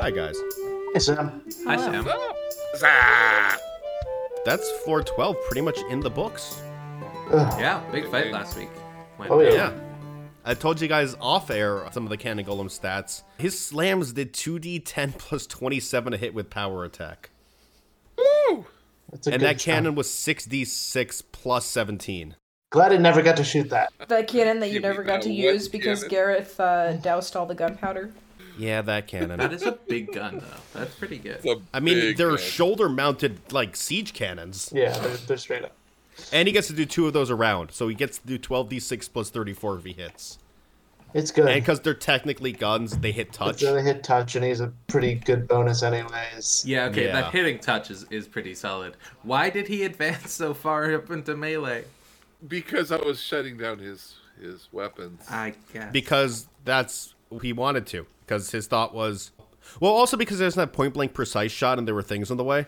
Hi, guys. Hey, Sam. Hi, Sam. Oh. That's floor 12 pretty much in the books. Ugh. Yeah, big fight last week. Went Oh, yeah. Yeah. I told you guys off air some of the Cannon Golem stats. His slams did 2d10 plus 27 to hit with power attack. That's a And good that shot. cannon was 6d6 plus 17. Glad I never got to shoot that. That cannon that you Give me never got to that use one because cannon. Gareth uh, doused all the gunpowder. Yeah, that That cannon. is a big gun, though. That's pretty good. It's a I mean, big they're gun. shoulder mounted, like, siege cannons. Yeah, they're, they're straight up. And he gets to do two of those around. So he gets to do 12d6 plus 34 if he hits. It's good. And because they're technically guns, they hit touch. It's a hit touch, and he's a pretty good bonus, anyways. Yeah, okay, Yeah. that hitting touch is, is pretty solid. Why did he advance so far up into melee? because I was shutting down his his weapons. I guess. because that's he wanted to because his thought was well also because there's that point blank precise shot and there were things in the way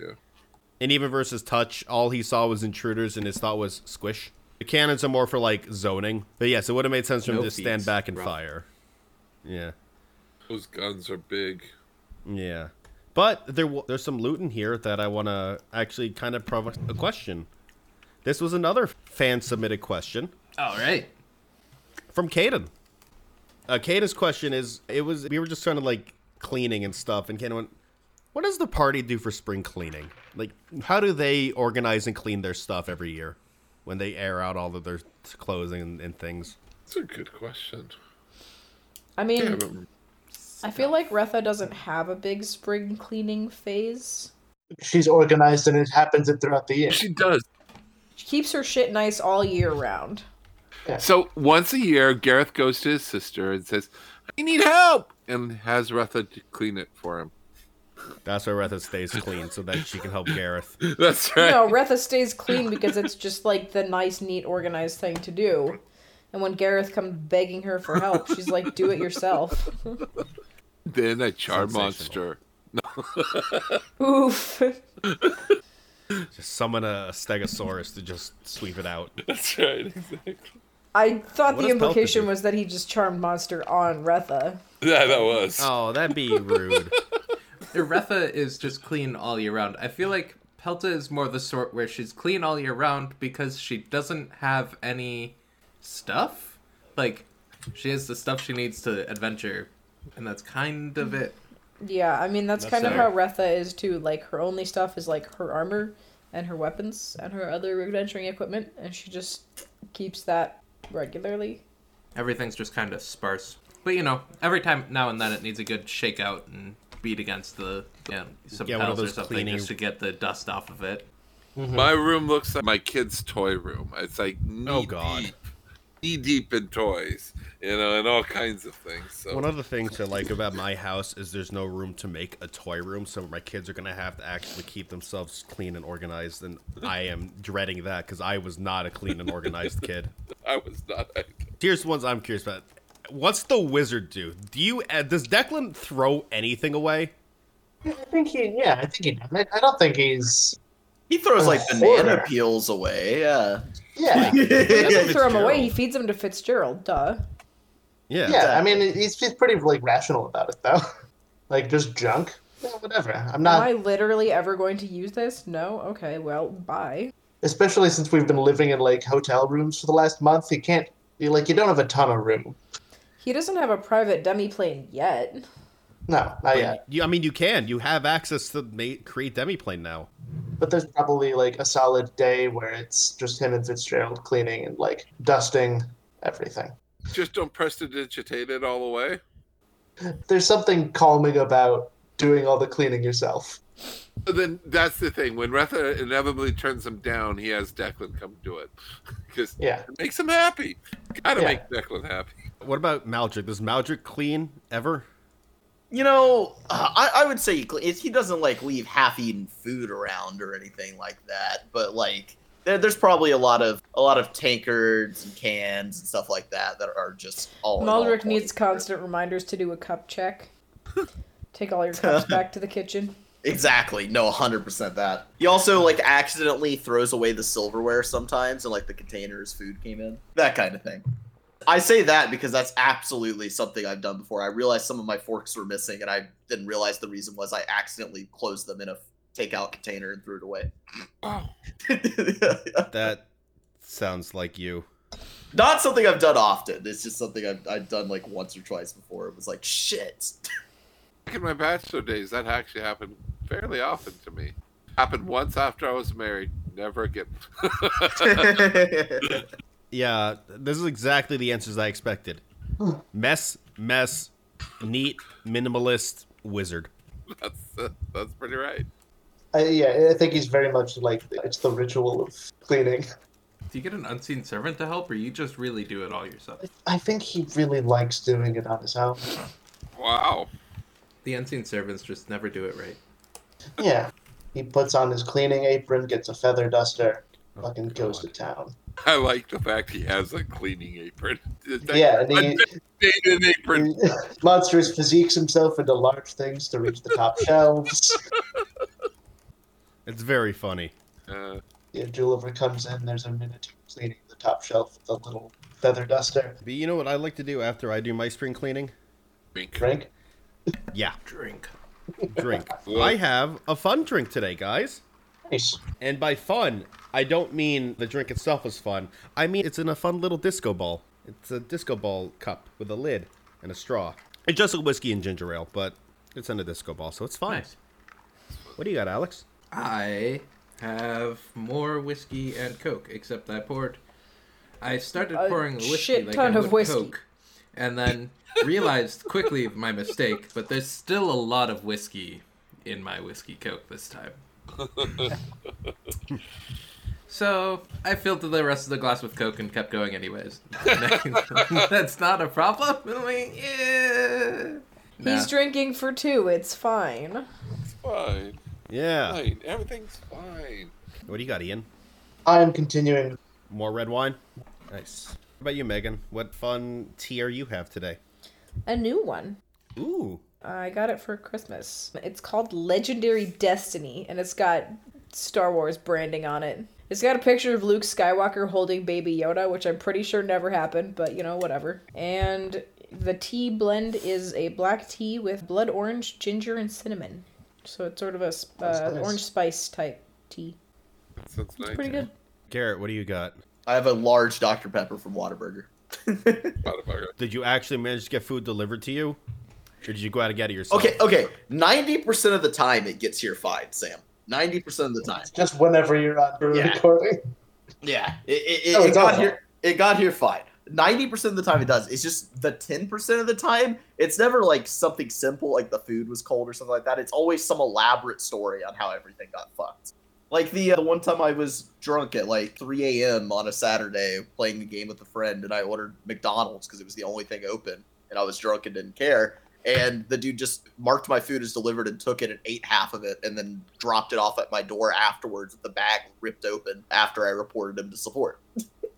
Yeah. and even versus touch all he saw was intruders and his thought was squish the cannons are more for like zoning but yes it would have made sense for him No to stand fees, back and rough. fire yeah Those guns are big. yeah but there w- there's some loot in here that i want to actually kind of provoke a question this was another fan submitted question All right. from Caden. Uh, Caden's question is: It was we were just kind of like cleaning and stuff, and Caden went, "What does the party do for spring cleaning? Like, how do they organize and clean their stuff every year when they air out all of their clothing and, and things?" That's a good question. I Yeah, I mean, remember. I feel like Retha doesn't have a big spring cleaning phase. She's organized, and it happens throughout the year. She does. She keeps her shit nice all year round. So once a year, Gareth goes to his sister and says, "I need help," and has Retha to clean it for him. That's why Retha stays clean so that she can help Gareth. That's right. No, Retha stays clean because it's just like the nice, neat, organized thing to do. And when Gareth comes begging her for help, she's like, "Do it yourself." Then a char Sensational. monster. Oof. Just summon a stegosaurus to just sweep it out. That's right. Exactly. I thought What the does Pelta implication do? was that he just charmed monster on Retha. Yeah, that was. Oh, that'd be rude. Iretha is just clean all year round. I feel like Pelta is more the sort where she's clean all year round because she doesn't have any stuff. Like, she has the stuff she needs to adventure, and that's kind of it. Yeah, I mean that's, That's kind of fair. how Retha is too. Like her only stuff is like her armor and her weapons and her other adventuring equipment, and she just keeps that regularly. Everything's just kind of sparse. But you know, every time now and then it needs a good shake out and beat against the you know, some Yeah, one of pals or those something cleaning- just to get the dust off of it. My room looks like my kid's toy room. It's like knee Oh, God. deep, knee deep in toys, you know, and all kinds of things. So One of the things I like about my house is there's no room to make a toy room, so my kids are gonna have to actually keep themselves clean and organized, and I am dreading that because I was not a clean and organized kid. I was not. Here's ones I'm curious about. What's the wizard do? Do you uh, does Declan throw anything away? I think he. Yeah, I think he. does. I I don't think he's. He throws like Oh, banana order. peels away. Yeah. Yeah, He doesn't throw him away. He feeds them to Fitzgerald. Duh. Yeah. yeah. I mean, he's he's pretty like rational about it though. Like just junk. Yeah, whatever. I'm Am not. I literally ever going to use this? No. Okay. Well, bye. Especially since we've been living in like hotel rooms for the last month. You can't. You like you don't have a ton of room. He doesn't have a private demi plane yet. No, not yet. You, I mean, you can. You have access to ma- create demiplane now. But there's probably like a solid day where it's just him and Fitzgerald cleaning and like dusting everything. Just don't press to digitate it all away. There's something calming about doing all the cleaning yourself. But then that's the thing. When Retha inevitably turns him down, he has Declan come do it because Yeah. it makes him happy. Gotta Yeah. make Declan happy. What about Maldrick? Does Maldrick clean ever? You know, uh, I, I would say he, cle- he doesn't like leave half-eaten food around or anything like that. But like, there, there's probably a lot of a lot of tankards and cans and stuff like that that are just all. in all Maldrick needs points. constant reminders to do a cup check. Take all your cups back to the kitchen. Exactly. No, 100% that. He also, like, accidentally throws away the silverware sometimes and, like, the containers food came in. That kind of thing. I say that because that's absolutely something I've done before. I realized some of my forks were missing, and I didn't realize the reason was I accidentally closed them in a takeout container and threw it away. That sounds like you. Not something I've done often. It's just something I've, I've done like once or twice before. It was like, shit. Back in my bachelor days, that actually happened fairly often to me. Happened once after I was married. Never again. Yeah, this is exactly the answers I expected. Mess, mess, neat, minimalist, wizard. that's that's pretty right. I, yeah, I think he's very much like it's the ritual of cleaning. Do you get an unseen servant to help, or you just really do it all yourself? I think he really likes doing it on his own. Wow. The unseen servants just never do it right. Yeah, he puts on his cleaning apron, gets a feather duster, Oh, fucking goes to God. town. I like the fact he has a cleaning apron. Yeah, and he- Undated apron. Monstrous physiques himself into large things to reach the top shelves. It's very funny. Uh, Yeah, Juliver comes in. There's a minute cleaning the top shelf with a little feather duster. But you know what I like to do after I do my spring cleaning? drink. Drink. Yeah, Drink. drink. I have a fun drink today, guys. Nice. And by fun, I don't mean the drink itself is fun. I mean it's in a fun little disco ball. It's a disco ball cup with a lid and a straw. It's just a whiskey and ginger ale, but it's in a disco ball, so it's fine. Nice. What do you got, Alex? I have more whiskey and coke, except I poured. I started A pouring whiskey shit like ton I of would whiskey. coke, and then realized quickly my mistake. But there's still a lot of whiskey in my whiskey coke this time. so I filled the rest of the glass with coke and kept going anyways. That's not a problem. I mean, yeah. He's Nah. drinking for two. It's fine. It's fine. Yeah. Fine. Everything's fine. What do you got, Ian? I am continuing. More red wine? Nice. What about you, Megan? What fun tier you have today? A new one. Ooh. I got it for Christmas. It's called Legendary Destiny, and it's got Star Wars branding on it. It's got a picture of Luke Skywalker holding Baby Yoda, which I'm pretty sure never happened, but you know, whatever. And the tea blend is a black tea with blood orange, ginger, and cinnamon. So it's sort of a sp- That's uh, nice. orange spice type tea. That sounds nice. Pretty good. Garrett, what do you got? I have a large Dr. Pepper from Whataburger. Motherfucker. Did you actually manage to get food delivered to you? Or did you go out and get it yourself? Okay, okay. 90% of the time it gets here fine, Sam. 90% of the time. Just whenever you're on for Yeah. recording. Yeah, it, it, it, Oh, it it's got awful. here. It got here fine. Ninety percent of the time, it does. It's just the ten percent of the time, it's never like something simple, like the food was cold or something like that. It's always some elaborate story on how everything got fucked. Like the uh, one time I was drunk at like 3 a.m. on a Saturday playing the game with a friend, and I ordered McDonald's because it was the only thing open, and I was drunk and didn't care. And the dude just marked my food as delivered and took it and ate half of it and then dropped it off at my door afterwards with the bag ripped open after I reported him to support.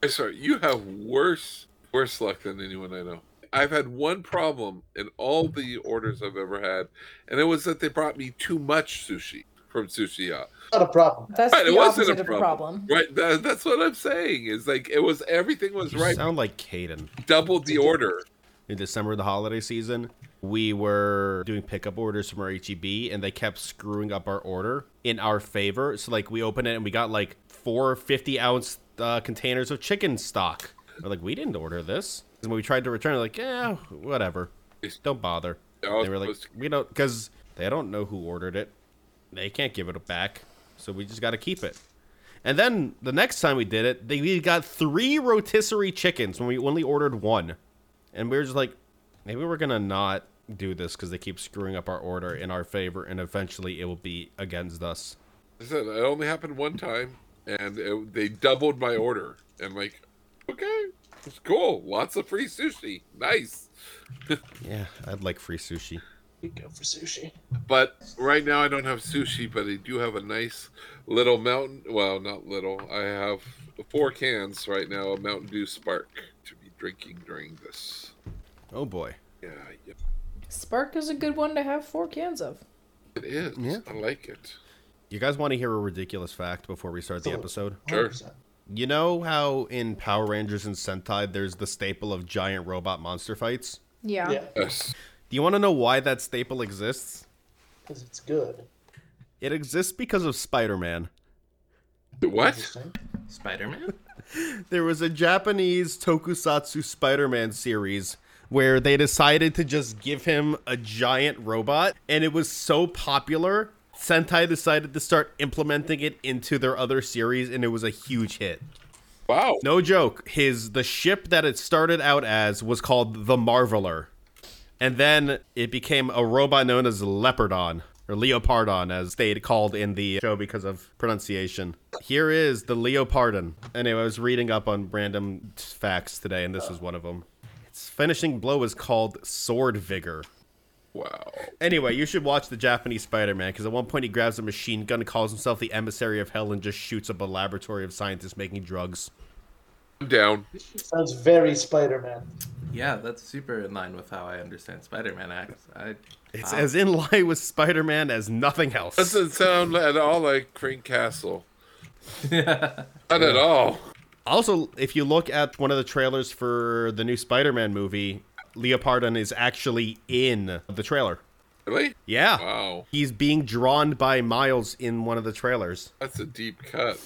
I'm sorry, you have worse worse luck than anyone I know. I've had one problem in all the orders I've ever had, and it was that they brought me too much sushi from Sushi Yacht. Not a problem. That's Right, it the wasn't a opposite of a problem. Right, that, that's what I'm saying. Is like it was everything was You right, sound like Caden. doubled the order. in December of the holiday season, we were doing pickup orders from our HEB and they kept screwing up our order in our favor. So, like, we opened it and we got like four 50 ounce uh, containers of chicken stock. We're like, we didn't order this. And when we tried to return, they're like, yeah, whatever. Don't bother. I was They were like, supposed to- we don't, because they don't know who ordered it. They can't give it back. So, we just got to keep it. And then the next time we did it, they we got three rotisserie chickens when we only ordered one. And we were just like, maybe we're going to not do this because they keep screwing up our order in our favor and eventually it will be against us. I said it only happened one time, and it, they doubled my order. And like, okay, it's cool. Lots of free sushi. Nice. Yeah, I'd like free sushi. We go for sushi. But right now I don't have sushi, but I do have a nice little mountain. Well, not little. I have four cans right now of Mountain Dew Spark to be drinking during this. Oh boy. Yeah, yeah Spark is a good one to have four cans of. it is. Yeah. I like it. You guys want to hear a ridiculous fact before we start the episode? Oh, Sure. 100%. You know how in Power Rangers and Sentai there's the staple of giant robot monster fights? Yeah. Yeah, Yes. Do you want to know why that staple exists? because it's good. It exists because of Spider Man. What? Interesting. Spider Man? There was a Japanese tokusatsu Spider Man series where they decided to just give him a giant robot, and it was so popular, Sentai decided to start implementing it into their other series, and it was a huge hit. Wow. No joke. His the ship that it started out as was called the Marveler, and then it became a robot known as Leopardon or Leopardon, as they had called in the show because of pronunciation. Here is the Leopardon. Anyway, I was reading up on random facts today, and this was one of them. Its finishing blow is called Sword Vigor. Wow. Anyway, you should watch the Japanese Spider-Man because at one point he grabs a machine gun, calls himself the emissary of hell, and just shoots up a laboratory of scientists making drugs. I'm down. Sounds very Spider-Man. Yeah, that's super in line with how I understand Spider Man acts. I, It's Wow. as in line with Spider-Man as nothing else. Doesn't sound at all like Crane Castle. Not at all. also, if you look at one of the trailers for the new Spider-Man movie, Leopardon is actually in the trailer. Really? Yeah. Wow. He's being drawn by Miles in one of the trailers. That's a deep cut.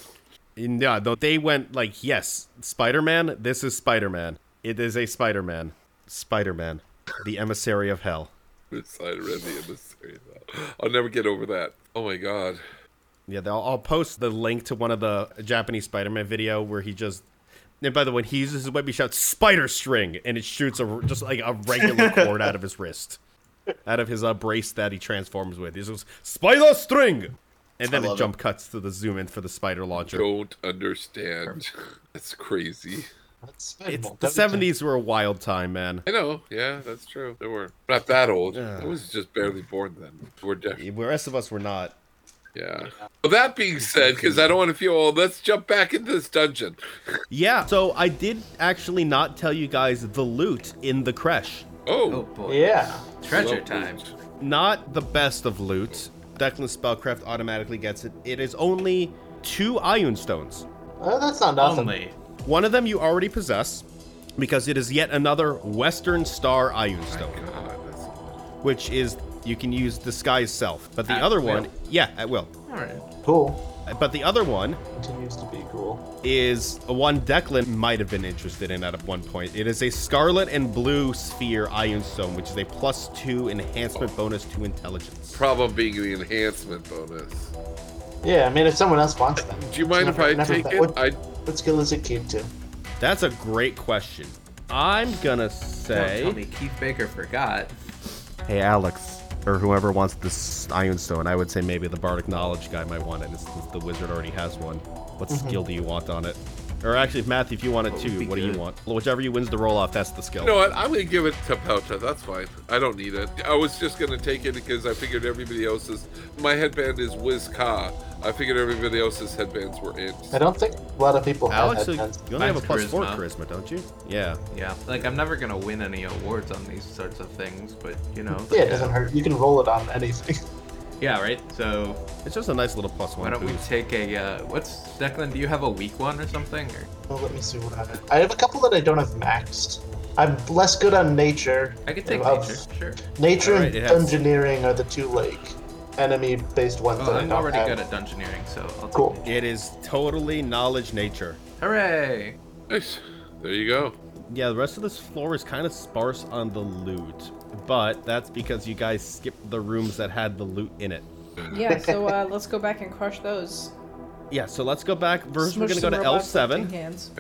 And, Yeah, though they went like, yes, Spider-Man, this is Spider-Man. It is a Spider-Man. Spider-Man, the emissary of hell. It's like read the emissary. I'll never get over that. Oh my god. Yeah, they'll, I'll post the link to one of the Japanese Spider-Man video where he just. And by the way, he uses his webby shot spider string, and it shoots a just like a regular cord out of his wrist, out of his uh, brace that he transforms with. He just goes spider string, and then I it love jump cuts to the zoom in for the spider launcher. Don't understand. That's crazy. That's It's Spider-Man. the seventies were a wild time, man. I know. Yeah, that's true. They were not that old. I was just barely born then. We're definitely. The rest of us were not. Yeah. Well, that being said, because I don't want to feel old, let's jump back into this dungeon. Yeah, so I did actually not tell you guys the loot in the creche. oh Oh. boy. Yeah. Treasure time. not the best of loot. Declan's spellcraft automatically gets it. It is only two Ion stones. Oh, that's not nothing. Only. One of them you already possess, because it is yet another Western Star Ion stone, God, that's- which is you can use disguise self. But the At other will. one, yeah, at will. Alright. Cool. But the other one Continues to be cool. is one Declan might have been interested in at one point. It is a scarlet and blue sphere Ion stone, which is a plus two enhancement bonus to intelligence. Problem being the enhancement bonus. Yeah, I mean, if someone else wants them. Do you mind if Never- I never take fa- it? What, I what skill does it keep to? That's a great question. I'm gonna say. Don't tell me Keith Baker forgot. Hey, Alex, or whoever wants this Iron Stone, I would say maybe the Bardic Knowledge guy might want it. Since the wizard already has one. What skill do you want on it? Or actually, Matthew, if you want it too, Mm-hmm. be what do you good. want? Well, whichever you wins the roll off, that's the skill. You know what? I'm gonna give it to Pelta. That's fine. I don't need it. I was just gonna take it because I figured everybody else's. My headband is Wiz Ka. I figured everybody else's headbands were ants. I don't think a lot of people Alex, have so you headbands. only have a Mine's plus four charisma. charisma, don't you? Yeah. Yeah. Like, I'm never gonna win any awards on these sorts of things, but you know. Yeah, it doesn't hurt. You can roll it on anything. Yeah, right? So, It's just a nice little plus one. why don't we boost. take a. Uh, what's. Declan, do you have a weak one or something? Or, Well, let me see what I have. I have a couple that I don't have maxed. I'm less good on nature. I could take Of- nature, sure. Nature Alright, and it has- engineering are the two like enemy-based Oh, ones Well, that I I'm don't already have. good at dungeoneering, so I'll take Cool. nature. It is totally knowledge nature. Hooray! Nice. There you go. Yeah, the rest of this floor is kind of sparse on the loot, but that's because you guys skipped the rooms that had the loot in it. Yeah, so uh, let's go back and crush those. Yeah, so let's go back. First, we we're Smush gonna go to some L7. robot lifting Hands.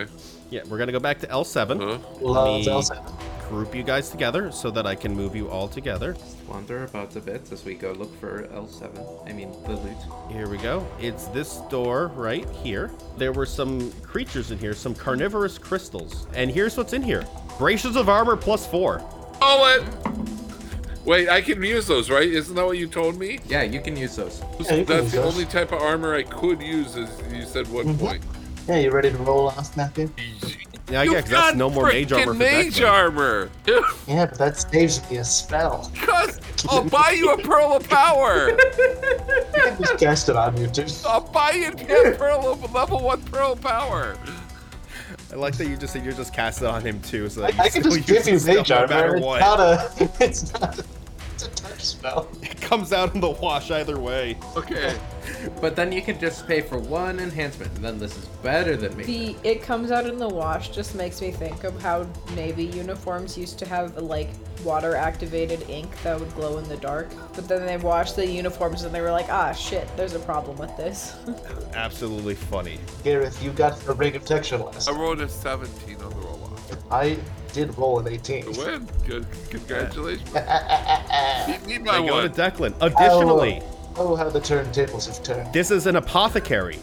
Yeah, we're gonna go back to L7. Huh? Love me- Zelda. Group you guys together so that I can move you all together. Wander about a bit as we go look for L7. I mean, the loot. Here we go. It's this door right here. There were some creatures in here, some carnivorous crystals. And here's what's in here Braces of Armor plus four. Call it. Oh, Wait, I can use those, right? Isn't that what you told me? Yeah, you can use those. Yeah, you can That's use the those. only type of armor I could use. Is you said one Mhm. point. Yeah, you ready to roll off, Matthew? Yeah, You've yeah, 'cause that's got no more mage armor frickin' for mage Declan. armor. Yeah, but that saves me a spell. God I'll buy you a pearl of power. You can just cast it on YouTube. Oh, I'll buy you a pearl of level one pearl of power. I like that you just said you're just cast it on him too, so that you I can still just give use you the mage spell no matter armor. it's what. not a. It's not. A, it's a touch spell. It comes out in the wash either way. Okay. But then you can just pay for one enhancement, and then this is better than me. The it comes out in the wash just makes me think of how navy uniforms used to have like water activated ink that would glow in the dark. But then they washed the uniforms and they were like, ah shit, there's a problem with this. Absolutely funny. Gareth, you got the ring of protection last. I rolled a 17 on the roll off. I did roll an 18. The win. Good. Congratulations. You need my I go to one. Declan. Additionally, Oh, how the turntables have turned. this is an apothecary.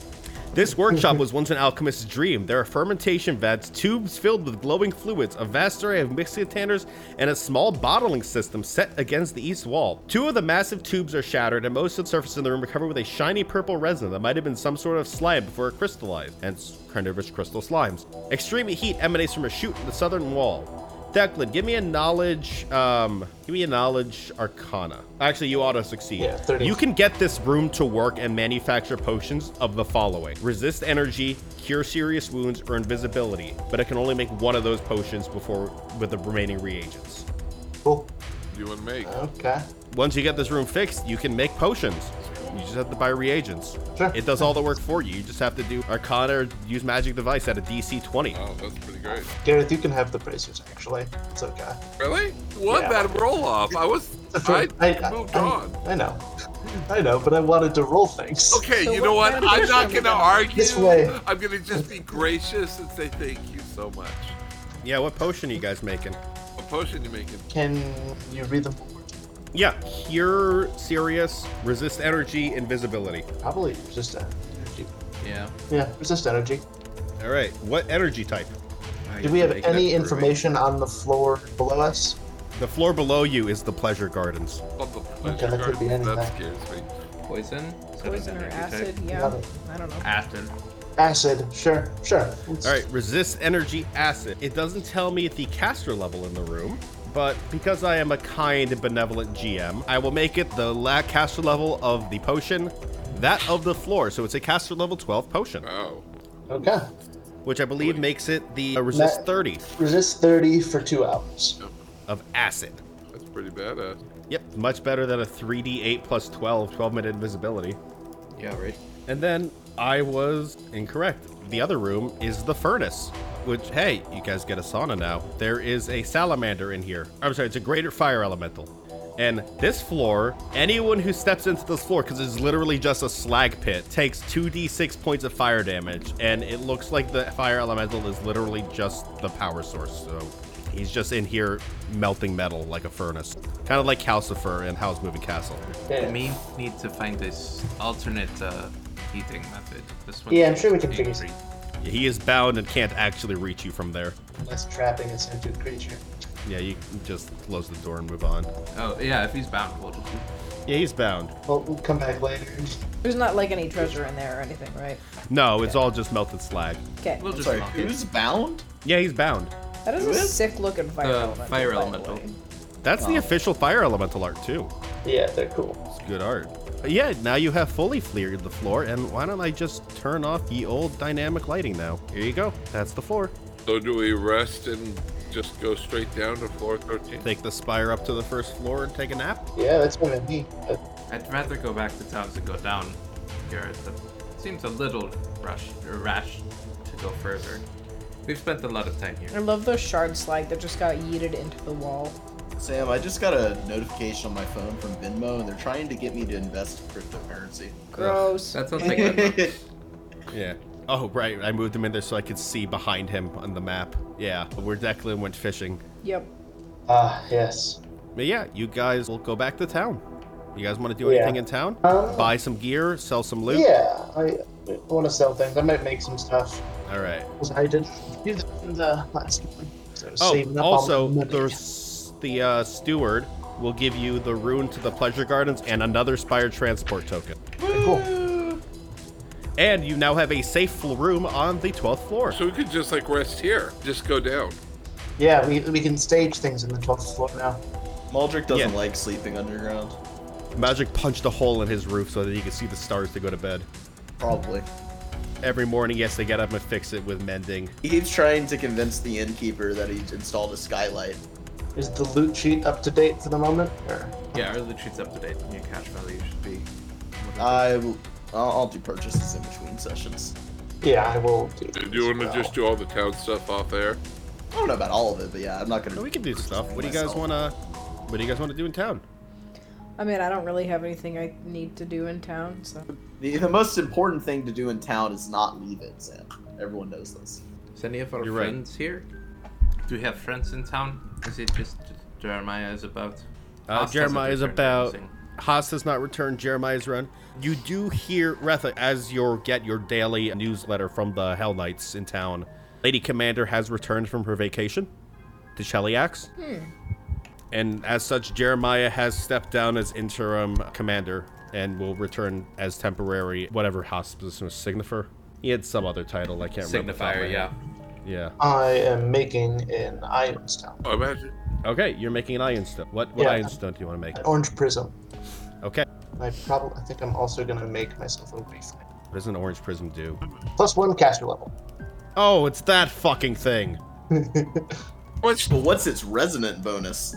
This workshop was once an alchemist's dream. There are fermentation vats, tubes filled with glowing fluids, a vast array of mixed containers, and a small bottling system set against the east wall. Two of the massive tubes are shattered, and most of the surface in the room are covered with a shiny purple resin that might have been some sort of slime before it crystallized, hence carnivorous crystal slimes. Extreme heat emanates from a chute in the southern wall. Declan, give me a knowledge. Um, give me a knowledge arcana. Actually, you auto succeed. Yeah, 30. you can get this room to work and manufacture potions of the following: resist energy, cure serious wounds, or invisibility. But it can only make one of those potions before with the remaining reagents. Cool. You want to make? Okay. Once you get this room fixed, you can make potions. You just have to buy reagents. Sure. It does all the work for you. You just have to do arcana or use magic device at a DC 20. Oh, that's pretty great. Gareth, you can have the bracers, actually. It's okay. Really? What Yeah. that roll off? I was. I, moved I- on. I know. I know, but I wanted to roll things. Okay, So you what know what? kind of I'm person not are we gonna gonna- argue. This way. I'm gonna just be gracious and say thank you so much. Yeah, what potion are you guys making? What potion you making? Can you read them? Yeah, cure serious, resist energy, invisibility. Probably resist energy. Yeah. Yeah, resist energy. All right, what energy type? Do we have any information on the floor below us? The floor below you is the pleasure gardens. On the Okay, that could be pleasure anything. garden. That scares me. Poison? Is that an Poison or energy acid, type? yeah. I don't know. Acid. Acid. Sure, sure. All right, resist energy acid. It doesn't tell me the caster level in the room, but because I am a kind and benevolent GM, I will make it the la- caster level of the potion, that of the floor. So it's a caster level 12 potion, Wow. Okay. which I believe makes it the uh, resist That- 30 Resist 30 for two hours. of acid. That's pretty badass. Yep, much better than a 3d8 plus 12, 12 minute invisibility. Yeah, right. And then I was incorrect. The other room is the furnace, which, hey, you guys get a sauna now. There is a salamander in here. I'm sorry, it's a greater fire elemental. And this floor, anyone who steps into this floor, because it's literally just a slag pit, takes 2d6 points of fire damage. And it looks like the fire elemental is literally just the power source. So he's just in here melting metal like a furnace. Kind of like Calcifer in Howl's Moving Castle. Yeah. We need to find this alternate uh, heating method. This one. Yeah, I'm sure we can figure being free. He is bound and can't actually reach you from there. Unless trapping is into a creature. Yeah, you can just close the door and move on. Oh, yeah, if he's bound, we'll just. Yeah, he's bound. Well, we'll come back later. There's not like any treasure in there or anything, right? No, it's all just melted slag. Okay. We'll just Sorry, lock it. who's bound? Yeah, he's bound. That is a Good. sick looking fire The elemental. Uh, fire by the elemental. way. That's the Wow. official fire elemental art too. Yeah, they're cool. It's good art. But yeah, now you have fully cleared the floor, and why don't I just turn off the old dynamic lighting now? Here you go. That's the floor. So do we rest and just go straight down to floor 13? Take the spire up to the first floor and take a nap. Yeah, that's what I need. Uh, I'd rather go back to towns and go down, Garrett. That seems a little rush or rash to go further. We've spent a lot of time I here. love those shard slag that just got yeeted into the wall. Sam, I just got a notification on my phone from Venmo, and they're trying to get me to invest in cryptocurrency. Gross. That sounds like Venmo. Yeah. Oh right, I moved him in there so I could see behind him on the map. Yeah, where Declan went fishing. Yep. Ah, yes. But yeah, you guys will go back to town. You guys want to do Yeah. anything in town? Um, Buy some gear, sell some loot. Yeah, I want to sell things. I might make some stuff. All right. 'Cause I didn't do that in the last one. uh, So saving Oh, up all also, my money. the s- the uh, steward will give you the rune to the pleasure gardens and another spire transport token. Cool. And you now have a safe fl- room on the 12th floor. So we could just like rest here. Just go down. Yeah, we, we can stage things in the 12th floor now. Maldrick doesn't Yeah. like sleeping underground. Magic punched a hole in his roof so that he could see the stars to go to bed. Probably. Every morning, yes, they get up and fix it with mending. He keeps trying to convince the innkeeper that he's installed a skylight. Is the loot sheet up to date for the moment? Or Yeah, our loot sheet's up to date, and your cash value should be. I will. I'll, I'll do purchases in between sessions. yeah, I will. Do, Do this you as want to well. just do all the town stuff off air? I don't know about all of it, but yeah, I'm not gonna. No, we can do stuff. What do you guys Myself. want to? What do you guys want to do in town? I mean, I don't really have anything I need to do in town, so. The, the most important thing to do in town is not leave it, Sam. Everyone knows this. Is any of our You're right. friends here? Do we have friends in town? Is it just Jeremiah is about? Uh, Haas Jeremiah is doesn't about. return anything. Haas does not return Jeremiah's run. You do hear Retha as you get your daily newsletter from the Hell Knights in town. Lady Commander has returned from her vacation to Sheliax. And as such, Jeremiah has stepped down as interim commander and will return as temporary, whatever Haas' position was, signifer. He had some other title, I can't remember. off the top of my Signifier, yeah. head. Yeah. I am making in Ironstown. Oh, imagine. Okay, you're making an iron stone. What what Yeah. iron stone do you want to make? An orange prism. Okay. I probably. I think I'm also gonna make myself a reef. What does an orange prism do? Plus one caster level. Oh, it's that fucking thing. What's, but what's its resonant bonus?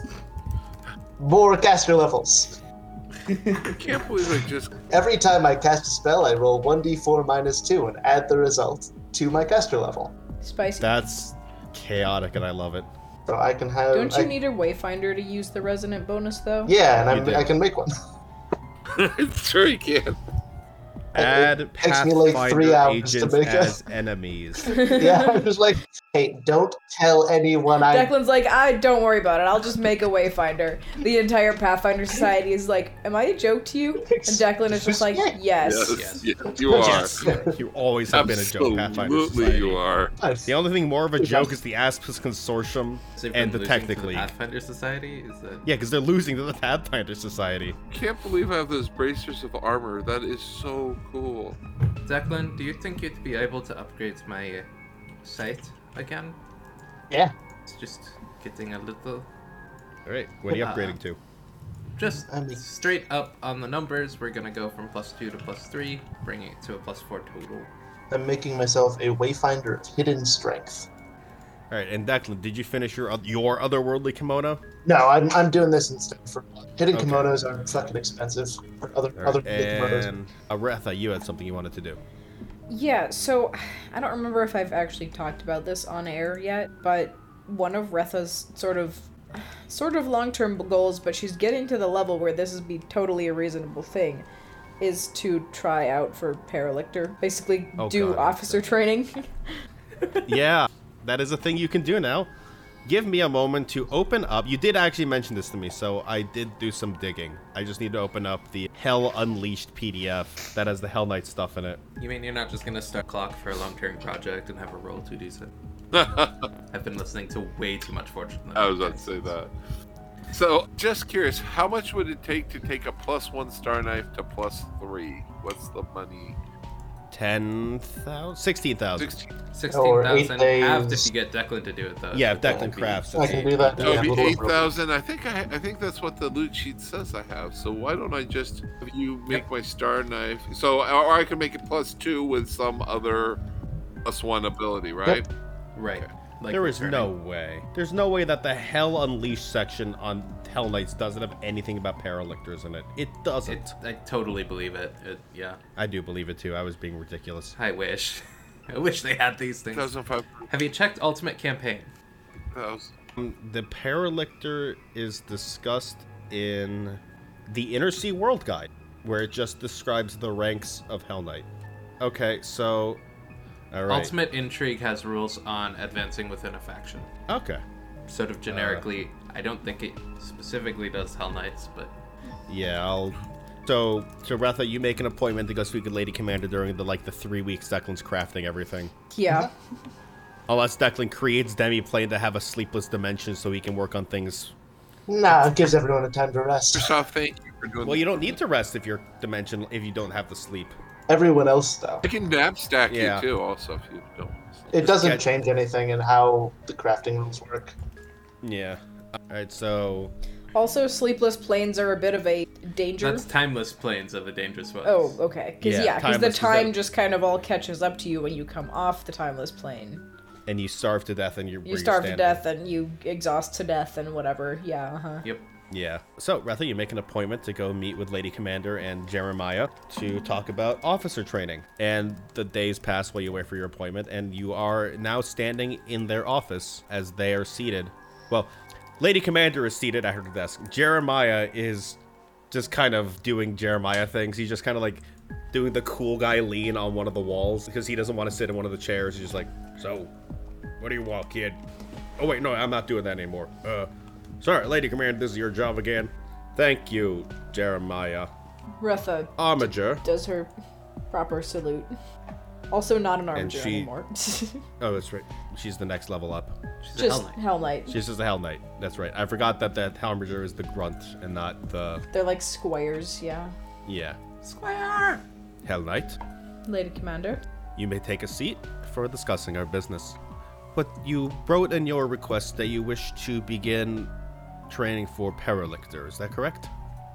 More caster levels. I can't believe I just. Every time I cast a spell, I roll 1d4 minus 2 and add the result to my caster level. Spicy. That's chaotic and I love it. So I can have. Don't you Um, I- need a wayfinder to use the resonant bonus, though? Yeah, and You I'm, do. I can make one. sure you can. Add it takes me, like, Pathfinder three hours to agents make a- as enemies. yeah, I'm just like, hey, don't tell anyone I. Declan's like, I don't worry about it. I'll just make a wayfinder. The entire Pathfinder Society is like, "Am I a joke to you?" And Declan is just like, Yeah. "Yes." Yes, yes, you are. Yes. you always have been a joke, Pathfinder Absolutely, Society. you are. The only thing more of a joke is the Aspis Consortium Is it and from the losing to Technic League. The Pathfinder Society is that? yeah, because they're losing to the Pathfinder Society. Can't believe I have those bracers of armor. That is so cool. Declan, do you think you'd be able to upgrade my uh, site again? Yeah. It's just getting a little, All right, what are you Uh, upgrading to? just I mean- straight up on the numbers. We're gonna go from plus two to plus three, bringing it to a plus four total. I'm making myself a wayfinder of hidden strength. All right, and Declan, did you finish your oth- your otherworldly kimono? No, I'm, I'm doing this instead for hidden Okay. kimonos are fucking expensive. Or other All right, other hidden kimonos. and Aretha, you had something you wanted to do. Yeah, so I don't remember if I've actually talked about this on air yet, but one of Retha's sort of sort of long-term goals, but she's getting to the level where this is be totally a reasonable thing, is to try out for paralictor. Basically Oh, do God, I officer training. yeah, that is a thing you can do now. Give me a moment to open up. You did actually mention this to me, so I did do some digging. I just need to open up the Hell Unleashed PDF that has the Hell Knight stuff in it. You mean you're not just gonna start clock for a long-term project and have a roll two decent? I I've been listening to way too much Fortune. was about to say that. So, just curious, how much would it take to take a plus one star knife to plus three? What's the money? 10,000? 16,000. Sixteen. Sixteen thousand Or eight halved if days. you get Declan to do it though. Yeah, so if that will Declan be- crafts. I it's can do that. That would Yeah, be we'll- eight thousand. I think I, I think that's what the loot sheet says I have. So why don't I just have you make my star knife? So or I can make it plus two with some other plus one ability, right? Right. Like There is returning. no way. There's no way that the Hell Unleashed section on Hell Knights doesn't have anything about paralictors in it. It doesn't. It, I totally believe it. it. Yeah, I do believe it too. I was being ridiculous. I wish. I wish they had these Two things. thousand five Have you checked Ultimate Campaign? thousand. Um, the Paralictor is discussed in the Inner Sea World Guide, where it just describes the ranks of Hell Knight. Okay, so. Alright. Ultimate Intrigue has rules on advancing within a faction. Okay. Sort Uh. of generically, I don't think it specifically does Hell Knights, but Yeah, I'll. So, so Ratha, you make an appointment to go speak with Lady Commander during the like the three weeks Declan's crafting everything. yeah. Unless Declan creates Demiplane to have a sleepless dimension so he can work on things. Nah, it gives everyone a time to rest. First off, thank you for doing. Well, you don't need to rest if you're dimension if you don't have the sleep. Everyone else, though. I can nap stack Yeah. you too, also if you don't. want to It doesn't Yeah. change anything in how the crafting rules work. Yeah. All right, so Also, sleepless planes are a bit of a danger. That's timeless planes of a dangerous one. Oh, okay. Because Yeah, yeah, because the timeless is that- time just kind of all catches up to you when you come off the timeless plane. and you starve to death and you're You starve to death and you exhaust to death and whatever. Yeah. Uh-huh. Yep. Yeah. So, Retha, you make an appointment to go meet with Lady Commander and Jeremiah to talk about officer training. And the days pass while you wait for your appointment, and you are now standing in their office as they are seated. Well, Lady Commander is seated at her desk. Jeremiah is just kind of doing Jeremiah things. He's just kind of like doing the cool guy lean on one of the walls because he doesn't want to sit in one of the chairs. He's just like, So, what do you want, kid? Oh wait, no, I'm not doing that anymore. Uh, sorry, Lady Commander, this is your job again. Thank you, Jeremiah. Retha Armiger. does her proper salute. Also, not an armager she- anymore. just Oh, that's right. She's the next level up. She's a hell Hell Knight. knight. She's just a Hell Knight. That's right. I forgot that that Armiger is the grunt and not the They're like squires, yeah. yeah Squire. Hell Knight. Lady Commander. You may take a seat for discussing our business. But you wrote in your request that you wish to begin training for Paralictor. Is that correct?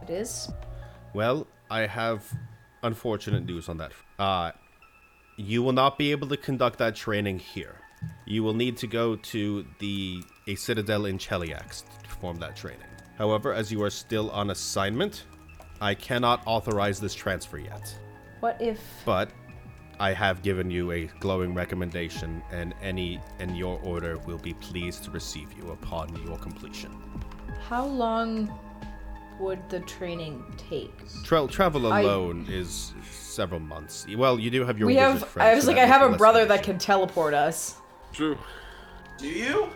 It is. Well, I have unfortunate news on that. Uh, you will not be able to conduct that training here. You will need to go to the a citadel in Cheliax to perform that training. However, as you are still on assignment, I cannot authorize this transfer yet. What if But I have given you a glowing recommendation, and any in your order will be pleased to receive you upon your completion. how long would the training take? Tra- travel I- alone is several months. Well, you do have your. We wizard have friends, I was so like that I have makes a less brother than that issue. can teleport us. True. Do you?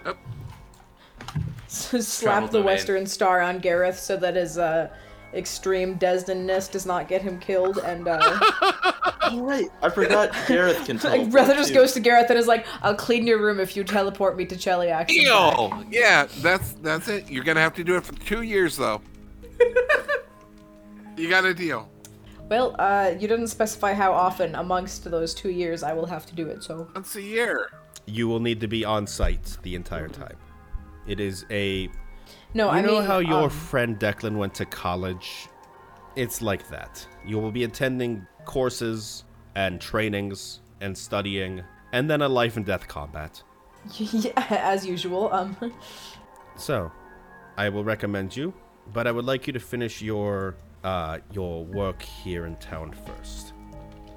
Slap the domain. western star on Gareth so that his uh extreme Desdenness does not get him killed and uh All right. I forgot Gareth can tell. Oh, Like, brother just goes to Gareth and is like, "I'll clean your room if you teleport me to Cheliax." and back." Deal. Yeah, that's that's it. You're gonna have to do it for two years though. you got a deal. Well, uh, you didn't specify how often amongst those two years I will have to do it. So Once a year. You will need to be on site the entire time. It is a. no, You I know mean, how your um, friend Declan went to college. It's like that. You will be attending courses and trainings and studying, and then a life and death combat. yeah, as usual. Um, So, I will recommend you, but I would like you to finish your uh, your work here in town first.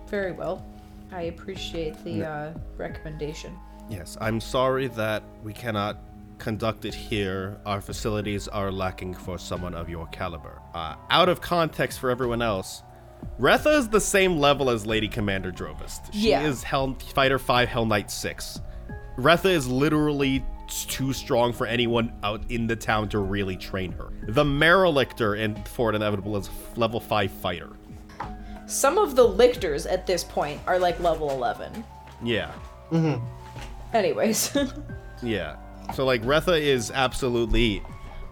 very well. I appreciate the uh, recommendation. Yes, I'm sorry that we cannot conduct it here. Our facilities are lacking for someone of your caliber. Uh, out of context for everyone else, Retha is the same level as Lady Commander Drovist. She Yeah. is Hell Fighter 5 Hell Knight 6. Retha is literally too strong for anyone out in the town to really train her. The Merrilictor in Fort Inevitable is a level 5 fighter. Some of the lictors at this point are like level eleven. Yeah. Anyways, Yeah. So like Retha is absolutely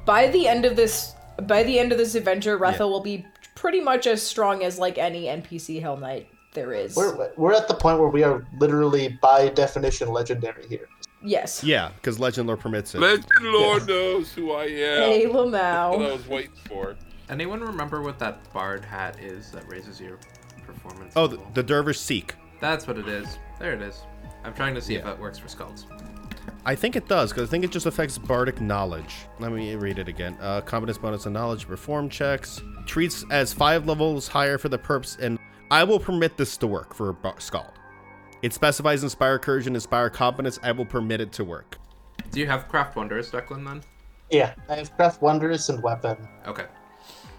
by the end of this, by the end of this adventure, Retha Yeah. will be pretty much as strong as like any NPC Hell Knight there is. We're, we're at the point where we are literally, by definition, legendary here. yes. yeah, because Legend Lore permits it. Legend Lord knows who I am. Hey, What I Lamau. was waiting for. Anyone remember what that bard hat is that raises your performance? Oh, the, level? the Dervish Seek. That's what it is. There it is. I'm trying to see if that works for skulls. I think it does, because I think it just affects bardic knowledge. Let me read it again. Uh, competence bonus and knowledge perform checks. Treats as five levels higher for the purpose, and I will permit this to work for a bar- scald. It specifies inspire courage and inspire competence. I will permit it to work. Do you have craft wonders, Declan? Then Yeah, I have craft wondrous and weapon. okay,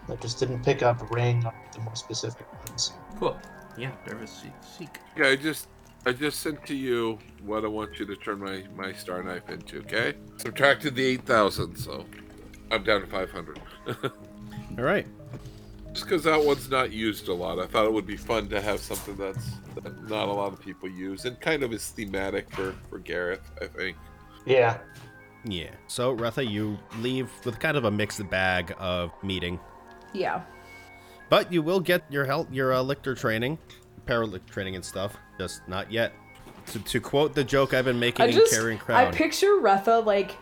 I just didn't pick up ring or the more specific ones. cool. Yeah, nervous seek. Yeah, I just I just sent to you what I want you to turn my my star knife into. Okay. Subtracted the eight thousand, so I'm down to five hundred. All right. Just because that one's not used a lot, I thought it would be fun to have something that's that not a lot of people use and kind of is thematic for for Gareth. I think. Yeah, Yeah. So, Retha, you leave with kind of a mixed bag of meeting, Yeah. but you will get your help, your uh, lictor training, paralic training and stuff. Just not yet. To, to quote the joke I've been making I in just Carrying Crown. I picture Retha like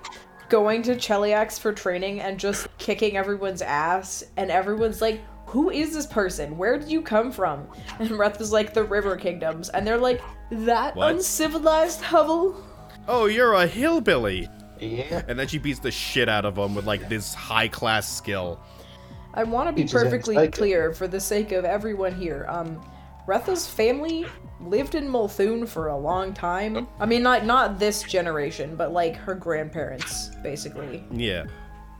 going to Cheliax for training and just kicking everyone's ass, and everyone's like, who is this person? Where did you come from? And Reth was like, the River Kingdoms. And they're like, that What? uncivilized hovel? Oh, you're a hillbilly. Yeah. And then she beats the shit out of him with like this high class skill. I want to be Teaches him to perfectly like it. clear for the sake of everyone here. Um, Retha's family lived in Multhune for a long time. I mean, not not this generation, but like her grandparents, basically. Yeah.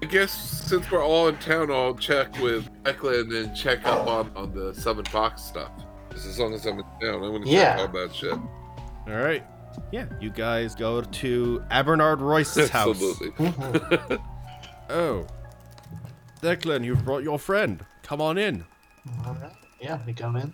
I guess since we're all in town, I'll check with Tekla and then check up on, on the Summon Fox stuff. Just as long as I'm in town, I'm gonna check Yeah. all that shit. All right. Yeah, you guys go to Abernard Royce's house. Absolutely. Oh. Declan, you've brought your friend. Come on in. All right. Yeah, we go in.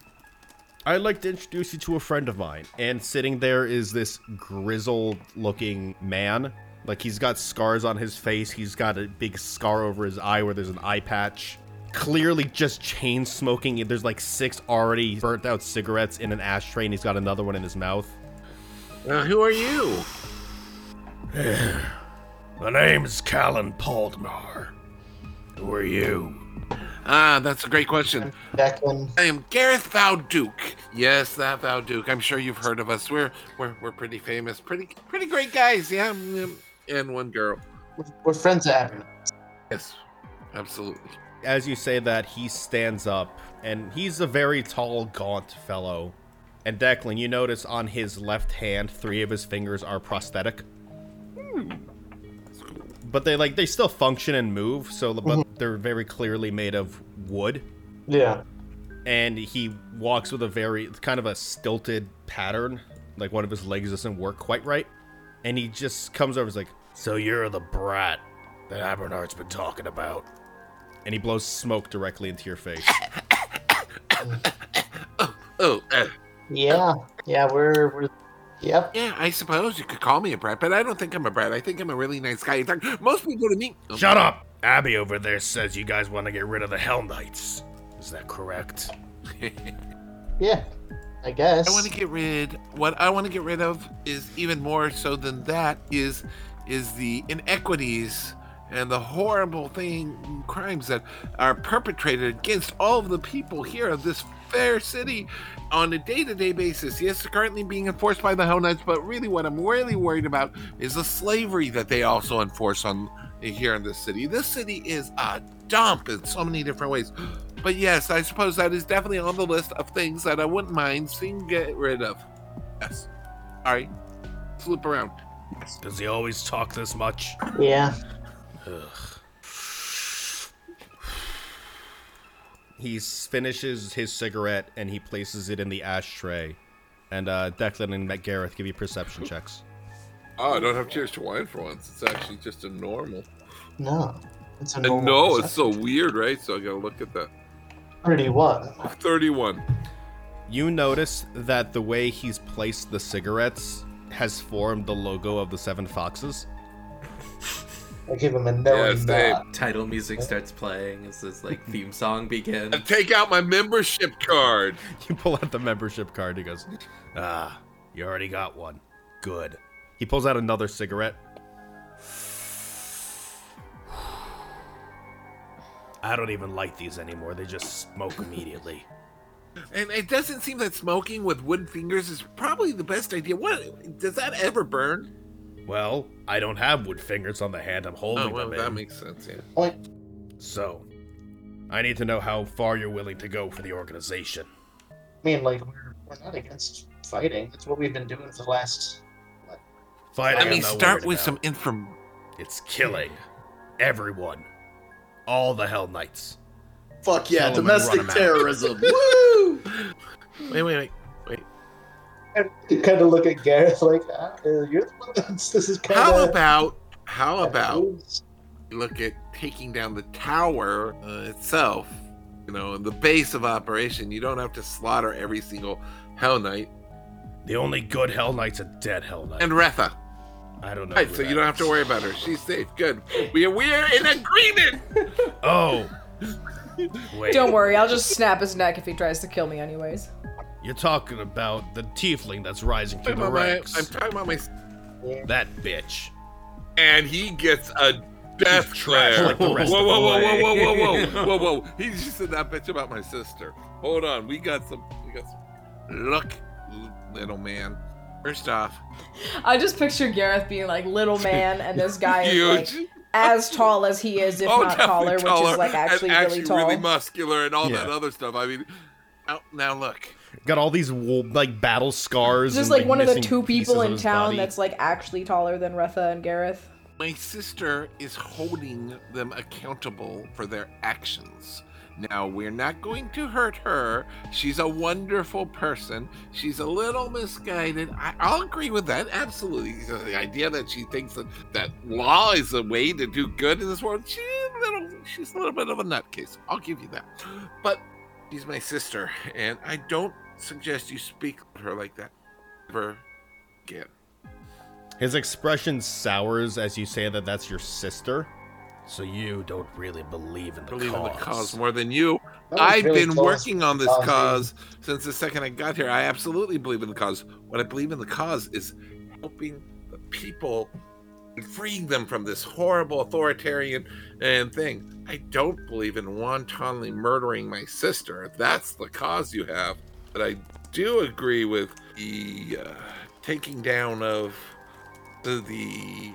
I'd like to introduce you to a friend of mine. And sitting there is this grizzled looking man. Like he's got scars on his face. He's got a big scar over his eye where there's an eye patch. Clearly just chain smoking. There's like six already burnt out cigarettes in an ashtray, and he's got another one in his mouth. Uh, who are you? My name's Callan Paldmar. Who are you? Ah, that's a great question. Declan. I am Gareth Vowduke. Yes, that Vowduke. I'm sure you've heard of us. We're we're, we're pretty famous, pretty pretty great guys. Yeah, mm, and one girl. We're friends at Abernathy. Yes, absolutely. As you say that, he stands up, and he's a very tall, gaunt fellow. And Declan, you notice on his left hand, three of his fingers are prosthetic. But they like they still function and move, so but they're very clearly made of wood. Yeah. And he walks with a very kind of a stilted pattern, like one of his legs doesn't work quite right. And he just comes over, and is like, So you're the brat. that Abernard's been talking about. And he blows smoke directly into your face. Oh, uh, Yeah. Yeah, we're, we're Yep. yeah. I suppose you could call me a brat, but I don't think I'm a brat. I think I'm a really nice guy. In fact, most people to me. Oh, Shut up! Abby over there says you guys want to get rid of the Hell Knights. Is that correct? Yeah. I guess. I want to get rid. What I want to get rid of is even more so than that is is the inequities and the horrible thing crimes that are perpetrated against all of the people here of this fair city on a day-to-day basis. Yes, they're currently being enforced by the Hell Knights, but really what I'm really worried about is the slavery that they also enforce on here in this city. This city is a dump in so many different ways. But yes, I suppose that is definitely on the list of things that I wouldn't mind seeing get rid of. Yes. All right. Flip around. Does he always talk this much? Yeah. He s- finishes his cigarette and he places it in the ashtray. And uh, Declan and Matt Gareth give you perception checks. Oh, I don't have cheers to wine for once. It's actually just a normal. No. It's a Oh, And normal no, it's perception. so weird, right? So I gotta look at that. 31. 31. You notice that the way he's placed the cigarettes has formed the logo of the Seven Foxes. I give him a no Yeah, and same. not. Title music starts playing as this like theme song begins. I take out my membership card. You pull out the membership card. He goes, Ah, you already got one. Good. He pulls out another cigarette. I don't even like these anymore. They just smoke immediately. And it doesn't seem that smoking with wooden fingers is probably the best idea. What does that ever burn? Well, I don't have wood fingers on the hand I'm holding Oh, well, them that in. makes sense, yeah. Like, so, I need to know how far you're willing to go for the organization. I mean, like, we're, we're not against fighting. That's what we've been doing for the last. what? Fighting, Let I'm me not start worried with about. some inform. It's killing everyone, all the Hell Knights. Fuck yeah, Kill 'em and run domestic 'em out. terrorism. Woo! Wait, wait, wait. You kind of look at Gareth like, ah, uh, you're the one that's. This is kind of. How about how about we look at taking down the tower uh, itself? You know, the base of operation. You don't have to slaughter every single Hell Knight The only good Hell Knight's a dead Hell Knight. and Retha. I don't know. Right, who so that you don't have to is. worry about her. She's safe. Good. We we are in agreement. Oh. Wait. Don't worry, I'll just snap his neck if he tries to kill me, anyways. You're talking about the tiefling that's rising through I'm the talking about my- ranks. I'm talking about my. That bitch. and he gets a death trash glare. like the rest whoa, of whoa, whoa, LA. whoa, whoa, whoa, whoa, whoa, whoa! He just said that bitch about my sister. Hold on, we got some. We got some. Look, little man. First off, I just picture Gareth being like little man, and this guy is Huge. like as tall as he is, if oh, not definitely taller, which is like and actually, actually really tall. muscular and all that Yeah. other stuff. I mean, oh, out now look. Got all these wo- like battle scars. just and, like, one of the missing two pieces people of in his town body. that's like actually taller than Retha and Gareth. My sister is holding them accountable for their actions. Now, we're not going to hurt her. She's a wonderful person. She's a little misguided. I, I'll agree with that, absolutely. So the idea that she thinks that, that law is a way to do good in this world, she's a little, she's a little bit of a nutcase. I'll give you that. But she's my sister, and I don't suggest you speak to her like that ever again. His expression sours as you say that that's your sister. So you don't really believe in the believe cause. in the cause more than you. That was I've really been close. working on this Awesome. cause since the second I got here. I absolutely believe in the cause. What I believe in the cause is helping the people and freeing them from this horrible authoritarian and thing. I don't believe in wantonly murdering my sister. If that's the cause you have, but I do agree with the uh, taking down of the, the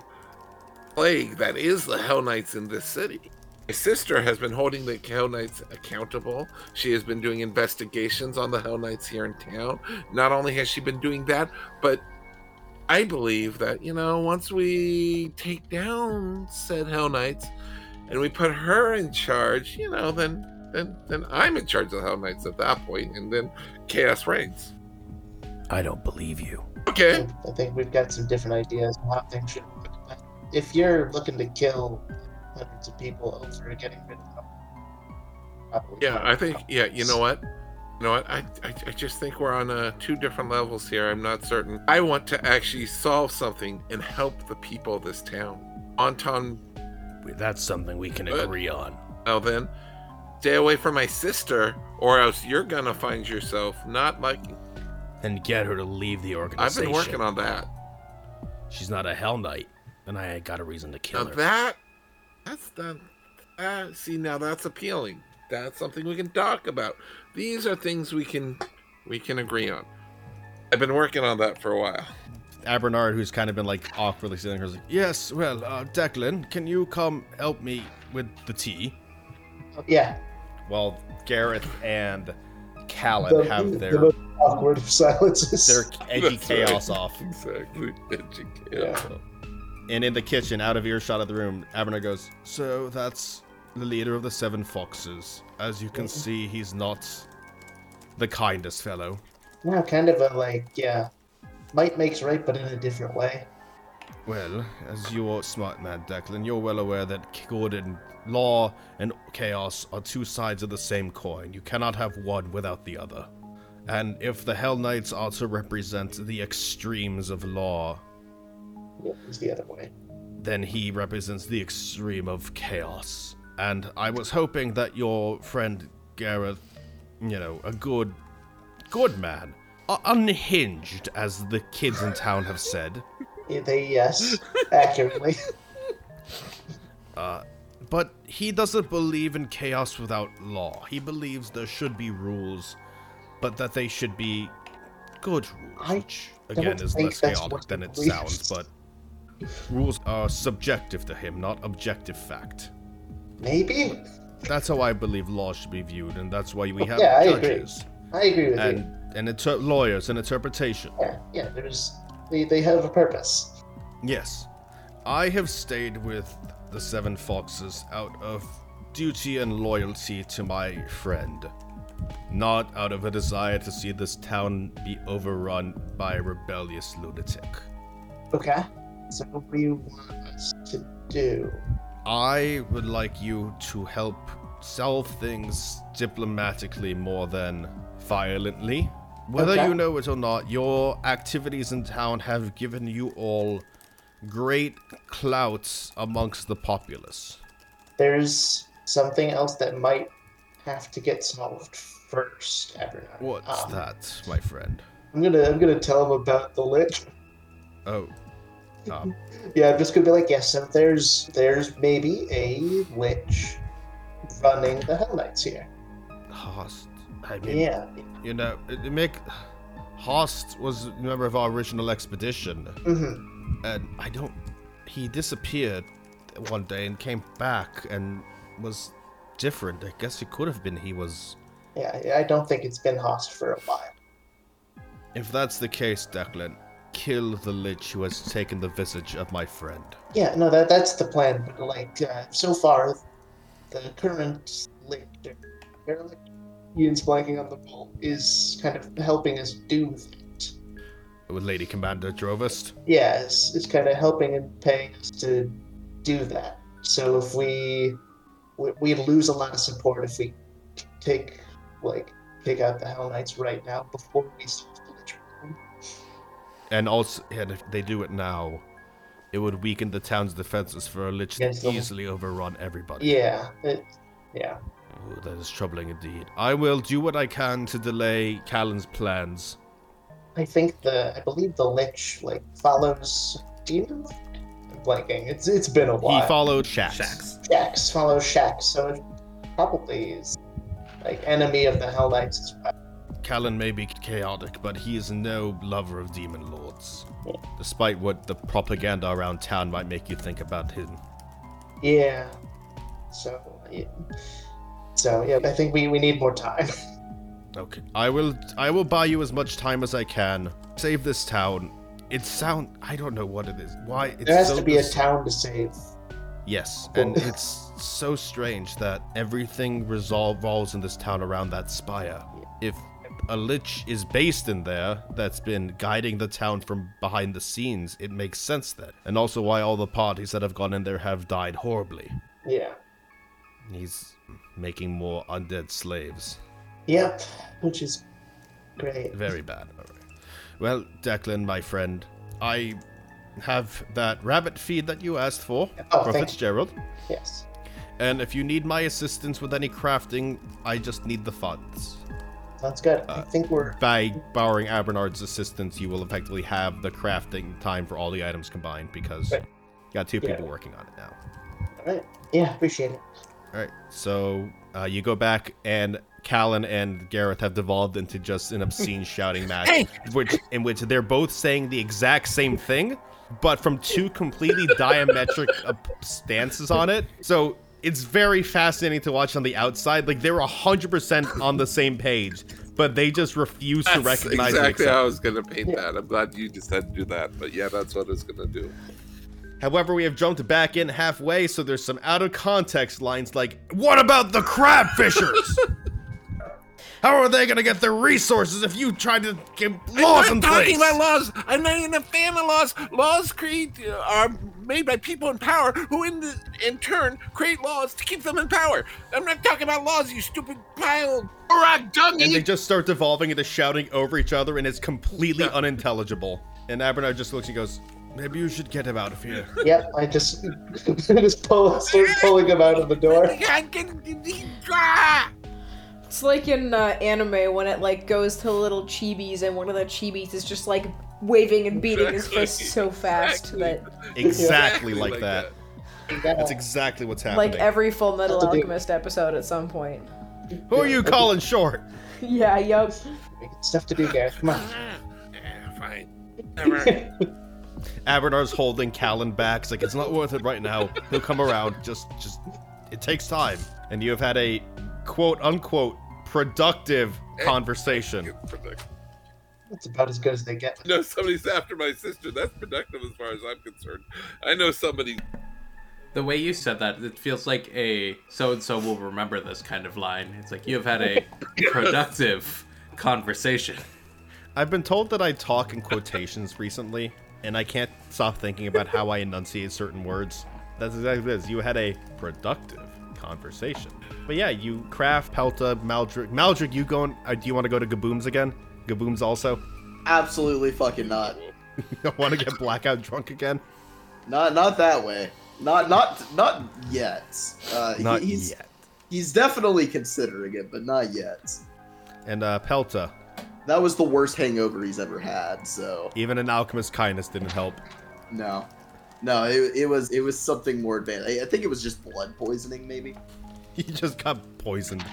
plague that is the Hell Knights in this city. My sister has been holding the Hell Knights accountable. She has been doing investigations on the Hell Knights here in town. Not only has she been doing that, but I believe that, you know, once we take down said Hell Knights and we put her in charge, you know, then then then I'm in charge of the Hell Knights at that point, and then chaos reigns. I don't believe you. I Okay. think- I think we've got some different ideas on how things should work. But If you're looking to kill hundreds of people over getting rid of them, probably Yeah, not. I think yeah, you know what? You know what? I, I, I just think we're on uh, two different levels here. I'm not certain. I want to actually solve something and help the people of this town. Anton, That's something we can Good. agree on. well then, stay away from my sister, or else you're gonna find yourself not like. And get her to leave the I've organization. been working on that. She's not a hell knight, and I ain't got a reason to kill now her. that, that's the. Uh, see, now that's appealing. That's something we can talk about. These are things we can, we can agree on. I've been working on that for a while. Abernard, who's kind of been like awkwardly sitting there, is like, Yes, well, uh, Declan, can you come help me with the tea? Yeah. While Gareth and Callan The, the have their, most awkward of silences. their edgy That's right. chaos off. Exactly. Edgy chaos. Yeah. And in the kitchen, out of earshot of the room, Abner goes, So that's the leader of the seven foxes. As you can see, he's not the kindest fellow. Yeah, kind of a like, yeah, might makes right, but in a different way. Well, as you are a smart man, Declan, you're well aware that good and law and chaos are two sides of the same coin. You cannot have one without the other. And if the Hell Knights are to represent the extremes of law, Yeah, it's the other way. then he represents the extreme of chaos. And I was hoping that your friend Gareth, you know, a good, good man, uh, unhinged, as the kids in town have said. Yeah, They yes, accurately. But he doesn't believe in chaos without law. He believes there should be rules, but that they should be good rules, I which don't again is think less that's chaotic what than he it believes. sounds. But rules are subjective to him, not objective fact. Maybe. That's how I believe law should be viewed, and that's why we have Oh, Yeah, I agree. judges I agree with you. and and inter- lawyers and interpretation. Yeah, yeah. There's they, they have a purpose. Yes. I have stayed with the Seven Foxes out of duty and loyalty to my friend. Not out of a desire to see this town be overrun by a rebellious lunatic. Okay. So what do you want us to do? I would like you to help solve things diplomatically more than violently. Whether Okay. you know it or not, your activities in town have given you all great clout amongst the populace. There's something else that might have to get solved first, Evernote. What's Um, that, my friend? I'm gonna I'm gonna tell him about the lich. Oh, up. Yeah, I'm just gonna be like, yes, so there's there's maybe a witch running the Hell Knights here. Host. I mean, Yeah. you know, it- it make Host was a member of our original expedition, hmm and I don't. He disappeared one day and came back and was different. I guess it could have been he was. Yeah, I don't think it's been Host for a while. If that's the case, Declan, kill the lich who has taken the visage of my friend. Yeah, no, that that's the plan. But like uh, so far, the current lictor, derelict, Ian's blanking on the pole, is kind of helping us do that. With Lady Commander Drovest. Yeah, it's, it's kind of helping and paying us to do that. So if we, we we lose a lot of support if we take like take out the Hell Knights right now before we start the lich. And also, and if they do it now, it would weaken the town's defenses for a lich Yes, to the- easily overrun everybody. Yeah, it, yeah. Ooh, that is troubling indeed. I will do what I can to delay Callan's plans. I think the I believe the lich like follows demon. I'm blanking. It's it's been a while. He followed Shax. Shax. Shax follows Shax, so it probably is like enemy of the Hell Knights as well. Callan may be chaotic, but he is no lover of demon lords. Despite what the propaganda around town might make you think about him. Yeah. So yeah. So yeah, I think we, we need more time. Okay. I will I will buy you as much time as I can. Save this town. It sound I don't know what it is. Why it's there has so to be a dis- town to save. Yes, Cool. and it's so strange that everything revolves in this town around that spire. If a lich is based in there that's been guiding the town from behind the scenes, it makes sense then. And also why all the parties that have gone in there have died horribly. Yeah. He's making more undead slaves. Yep. Which is great. Very bad. All right. Well, Declan, my friend, I have that rabbit feed that you asked for Oh, from thank you. Fitzgerald. Yes. And if you need my assistance with any crafting, I just need the funds. Sounds good. I think we're By borrowing Abernard's assistance, you will effectively have the crafting time for all the items combined because Right. you got two Yeah. people working on it now. all right. Yeah, appreciate it. All right, so uh, you go back, and Callan and Gareth have devolved into just an obscene shouting match, which in which they're both saying the exact same thing, but from two completely diametric op- stances on it. So it's very fascinating to watch on the outside. Like they're hundred percent on the same page, but they just refuse to That's recognize. and exactly accept how I was going to paint that. I'm glad you just had to do that. But yeah, that's what I was going to do. However, we have jumped back in halfway, so there's some out of context lines like, What about the crab fishers? How are they gonna get their resources if you try to get laws I'm in not talking place? about laws. I'm not even a fan of laws. Laws create uh, are made by people in power who, in the, in turn, create laws to keep them in power. I'm not talking about laws, you stupid pile of rock and they dungey. just start devolving into shouting over each other, and it's completely unintelligible. And Abernard just looks and goes, Maybe you should get him out of here. Yep, I just just pull start pulling him out of the door. I can- ah! It's like in uh, anime when it like goes to little chibis and one of the chibis is just like waving and beating Exactly. his fist so fast that exactly like, that. That's Yeah. exactly what's happening. like every Full Metal That's a big- Alchemist episode at some point. Who are you calling short? Yeah, yup. Stuff to do, Gareth. Come on. Eh, Fine. Never. Abernard's holding Callan back. It's like it's not worth it right now. He'll come around. Just, just, it takes time. And you have had a quote unquote productive conversation. Productive. That's about as good as they get. No, somebody's after my sister. That's productive as far as I'm concerned. I know somebody. The way you said that, it feels like a so and so will remember this kind of line. It's like you have had a productive conversation. I've been told that I talk in quotations recently, and I can't stop thinking about how I enunciate certain words. That's exactly what it is. You had a productive conversation. But yeah, you craft Pelta, Maldrick. Maldrick, you going? Uh, do you want to go to Gaboom's again? Gaboom's also. Absolutely fucking not. You want to get blackout drunk again? Not not that way. Not not not yet. Uh, he- Not he's, yet. He's definitely considering it, but not yet. And uh, Pelta, That was the worst hangover he's ever had. So Even an alchemist's kindness didn't help. no. No, it, it was it was something more advanced. I, I think it was just blood poisoning, maybe. He just got poisoned.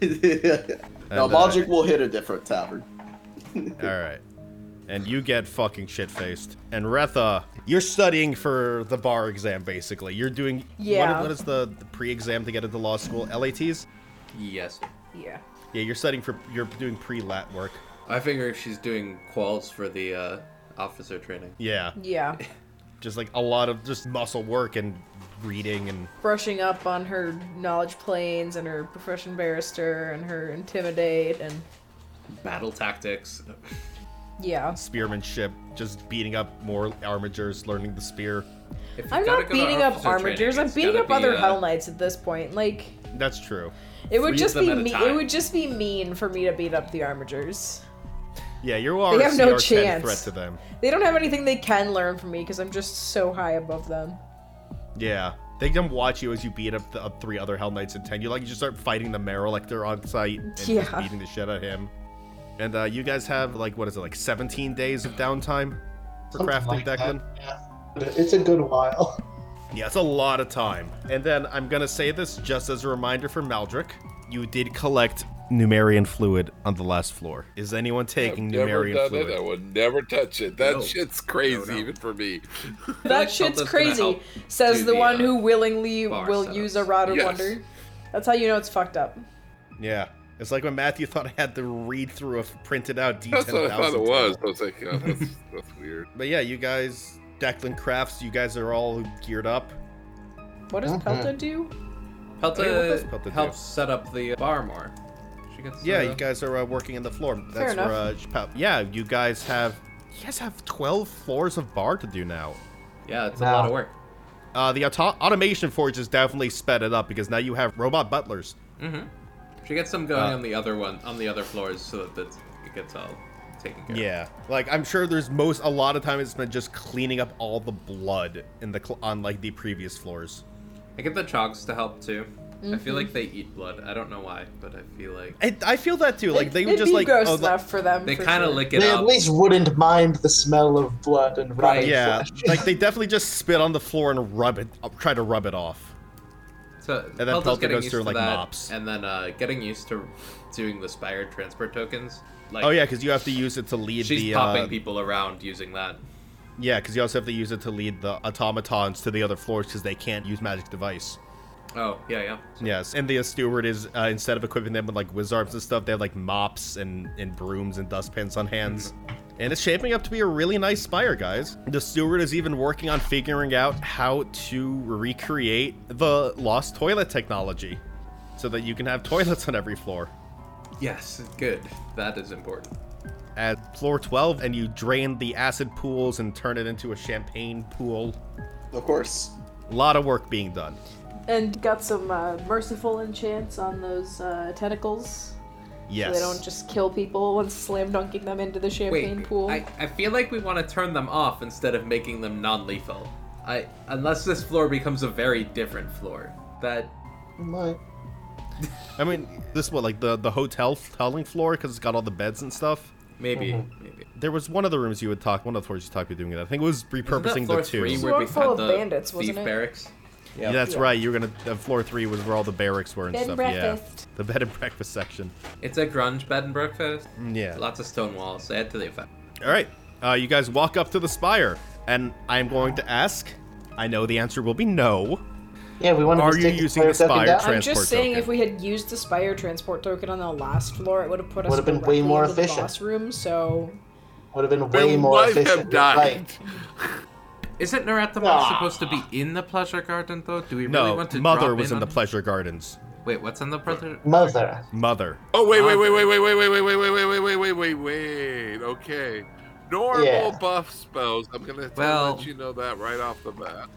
no, And, uh, Baldrick will hit a different tavern. All right. And you get fucking shit faced. And Retha, you're studying for the bar exam, basically. You're doing. Yeah. What, what is the, the pre exam to get into law school? LATs? Yes. Yeah. Yeah, you're studying for. You're doing pre lat work. I figure if she's doing quals for the uh, officer training. Yeah. Yeah. Just like a lot of just muscle work and reading and. Brushing up on her knowledge planes and her profession barrister and her intimidate and Battle tactics. yeah. spearmanship, just beating up more armigers, learning the spear. If you've I'm gotta not go to beating up officer training, armatures. I'm it's beating gotta up be, other uh, Hell Knights at this point. Like That's true. it would Three just of be them me- at a it time. would just be mean for me to beat up the armatures. Yeah, you are They a have no CR10 chance. threat to them. They don't have anything they can learn from me because I'm just so high above them. Yeah. They can watch you as you beat up the up three other Hell Knights in 10. You like you just start fighting the Merolictor on site and just Yeah. beating the shit out of him. And uh, you guys have like what is it, like 17 days of downtime for Something crafting like that, Declan? yeah. But It's a good while. Yeah, it's a lot of time. And then I'm gonna say this just as a reminder for Maldrick. You did collect Numerian fluid on the last floor. Is anyone taking never Numerian done fluid? it. I would never touch it. That No. shit's crazy, No, no. even for me. feel That like shit's Pelta's gonna crazy, help says do the the, one uh, who willingly bar will setups. use a rod of Yes. wonder. That's how you know it's fucked up. Yeah. It's like when Matthew thought I had to read through a printed out D10,000. That's what I thought it was. title. I was like, oh, that's, that's weird. But yeah, you guys, Declan Crafts, you guys are all geared up. What does Mhm. Pelta do? Hey, Pelta, what does Pelta do? helps set up the bar more. She gets. Yeah, uh, you guys are uh, working in the floor. That's enough. where, uh, Chappelle- yeah, you guys have, you guys have 12 floors of bar to do now. Yeah, it's a Nah. lot of work. Uh, the auto- automation forge has definitely sped it up because now you have robot butlers. She gets some going Mm-hmm. Uh, on the other one, on the other floors, so that that's, it gets all taken care of. Yeah, like I'm sure there's most a lot of time it's spent just cleaning up all the blood in the cl- on like the previous floors. I get the chogs to help too. I Mm-hmm. feel like they eat blood. I don't know why, but I feel like I, I feel that too. Like It- they it'd would just be like gross oh, the- enough for them. they for kind of sure. lick it they up. at least wouldn't mind the smell of blood and rotting Right. Yeah, flesh. like they definitely just spit on the floor and rub it, uh, try to rub it off. So then Pelta's Pelta getting goes used through, to like, that, mops. and then uh, getting used to doing the spire transfer tokens. Like, Oh yeah, because you have to use it to lead she's the. popping uh, people around using that. yeah, because you also have to use it to lead the automatons to the other floors because they can't use magic device. Oh yeah, yeah. Yes, and the steward is uh, instead of equipping them with like wizards and stuff, they have like mops and and brooms and dustpans on hands. And it's shaping up to be a really nice spire, guys. The steward is even working on figuring out how to recreate the lost toilet technology, so that you can have toilets on every floor. Yes, good. That is important. at floor 12 and you drain the acid pools and turn it into a champagne pool. Of course. A lot of work being done. and got some uh, merciful enchants on those uh, tentacles. Yes. So they don't just kill people and slam dunking them into the champagne Wait, pool. I, I feel like we want to turn them off instead of making them non-lethal. I unless this floor becomes a very different floor. That Might. I mean, this what like the the hotel telling floor because it's got all the beds and stuff. maybe Mm-hmm. maybe There was one of the rooms you would talk, one of the floors you talked about doing that. I think it was Isn't that repurposing floor the two. three It's where one we full had of the bandits, thief wasn't it? barracks. yeah, that's Yeah. right. You're gonna uh, floor three was where all the barracks were and Bed and stuff. breakfast. Yeah, the bed and breakfast section. It's a grunge bed and breakfast. Yeah. Lots of stone walls. Add to the effect. All right, uh, you guys walk up to the spire, and I'm going to ask. I know the answer will be no. Yeah, we want to Are mistake you the using player the ducking spire down. trap? I'm just transport saying, token. if we had used the Spire transport token on the last floor, it would have put us Would've been directly way more into efficient. The boss room, so Would have been My way more wife efficient. have You're died. right. Isn't Naratha Ah. supposed to be in the pleasure garden though? Do we really No, want to mother drop was in on the her? pleasure gardens. Wait, what's in the pleasure? Mother. Mother. Oh wait, wait, wait, wait, wait, wait, wait, wait, wait, wait, wait, wait, wait, wait, wait. Okay. Normal Yeah. buff spells. I'm gonna tell- Well- let you know that right off the bat.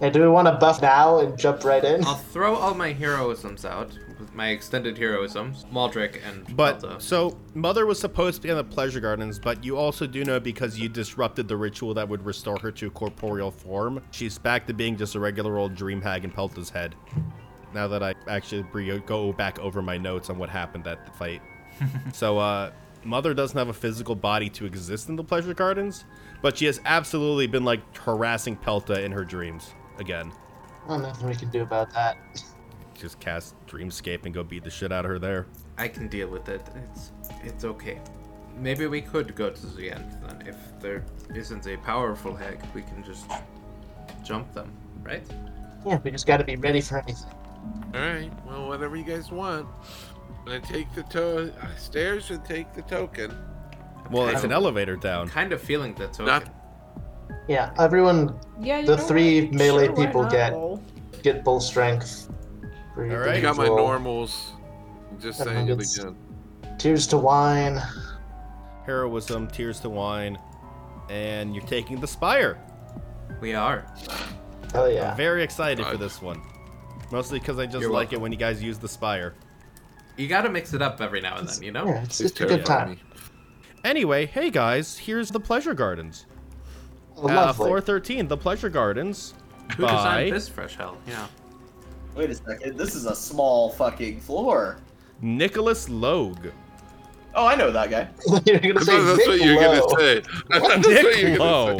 Now, do we want to buff now and jump right in? I'll throw all my heroisms out with my extended heroisms, Maldrick and But Pelta. so mother was supposed to be in the pleasure gardens, but you also do know because you disrupted the ritual that would restore her to corporeal form. She's back to being just a regular old dream hag in Pelta's head. Now that I actually re- go back over my notes on what happened at the fight, so uh, Mother doesn't have a physical body to exist in the pleasure gardens, but she has absolutely been like harassing Pelta in her dreams again. Oh, nothing we can do about that. Just cast Dreamscape and go beat the shit out of her there. I can deal with it. It's it's okay. Maybe we could go to the end then. If there isn't a powerful hag, we can just jump them, right? Yeah, we just got to be ready for anything. All right. Well, whatever you guys want. I take the to- uh, stairs and take the token. Well, Okay. it's an elevator down. Kind of feeling that token. Not- Yeah, everyone Yeah, you The know what? three melee Sure, why people not Oh get- roll? get bull strength. for your All right. I got my individual. normals. I'm just That saying it means- again. Tears to wine. Heroism, Tears to Wine, and you're taking the Spire. We are. Oh I'm yeah. very excited for Nice. this one. Mostly because I just You're like welcome. it when you guys use the Spire. You gotta mix it up every now and then, you know? Yeah, it's, He's it's a good terrified time. me. Anyway, hey guys, here's the Pleasure Gardens. Oh, Uh, lovely. floor 13, the Pleasure Gardens. Who designed by- this fresh hell? Yeah. Wait a second. This is a small fucking floor. Nicholas Logue. Oh, I know that guy. you're gonna I say thought that's Nick what you were Lowe. gonna say. I thought that's what you were Nick gonna Lowe.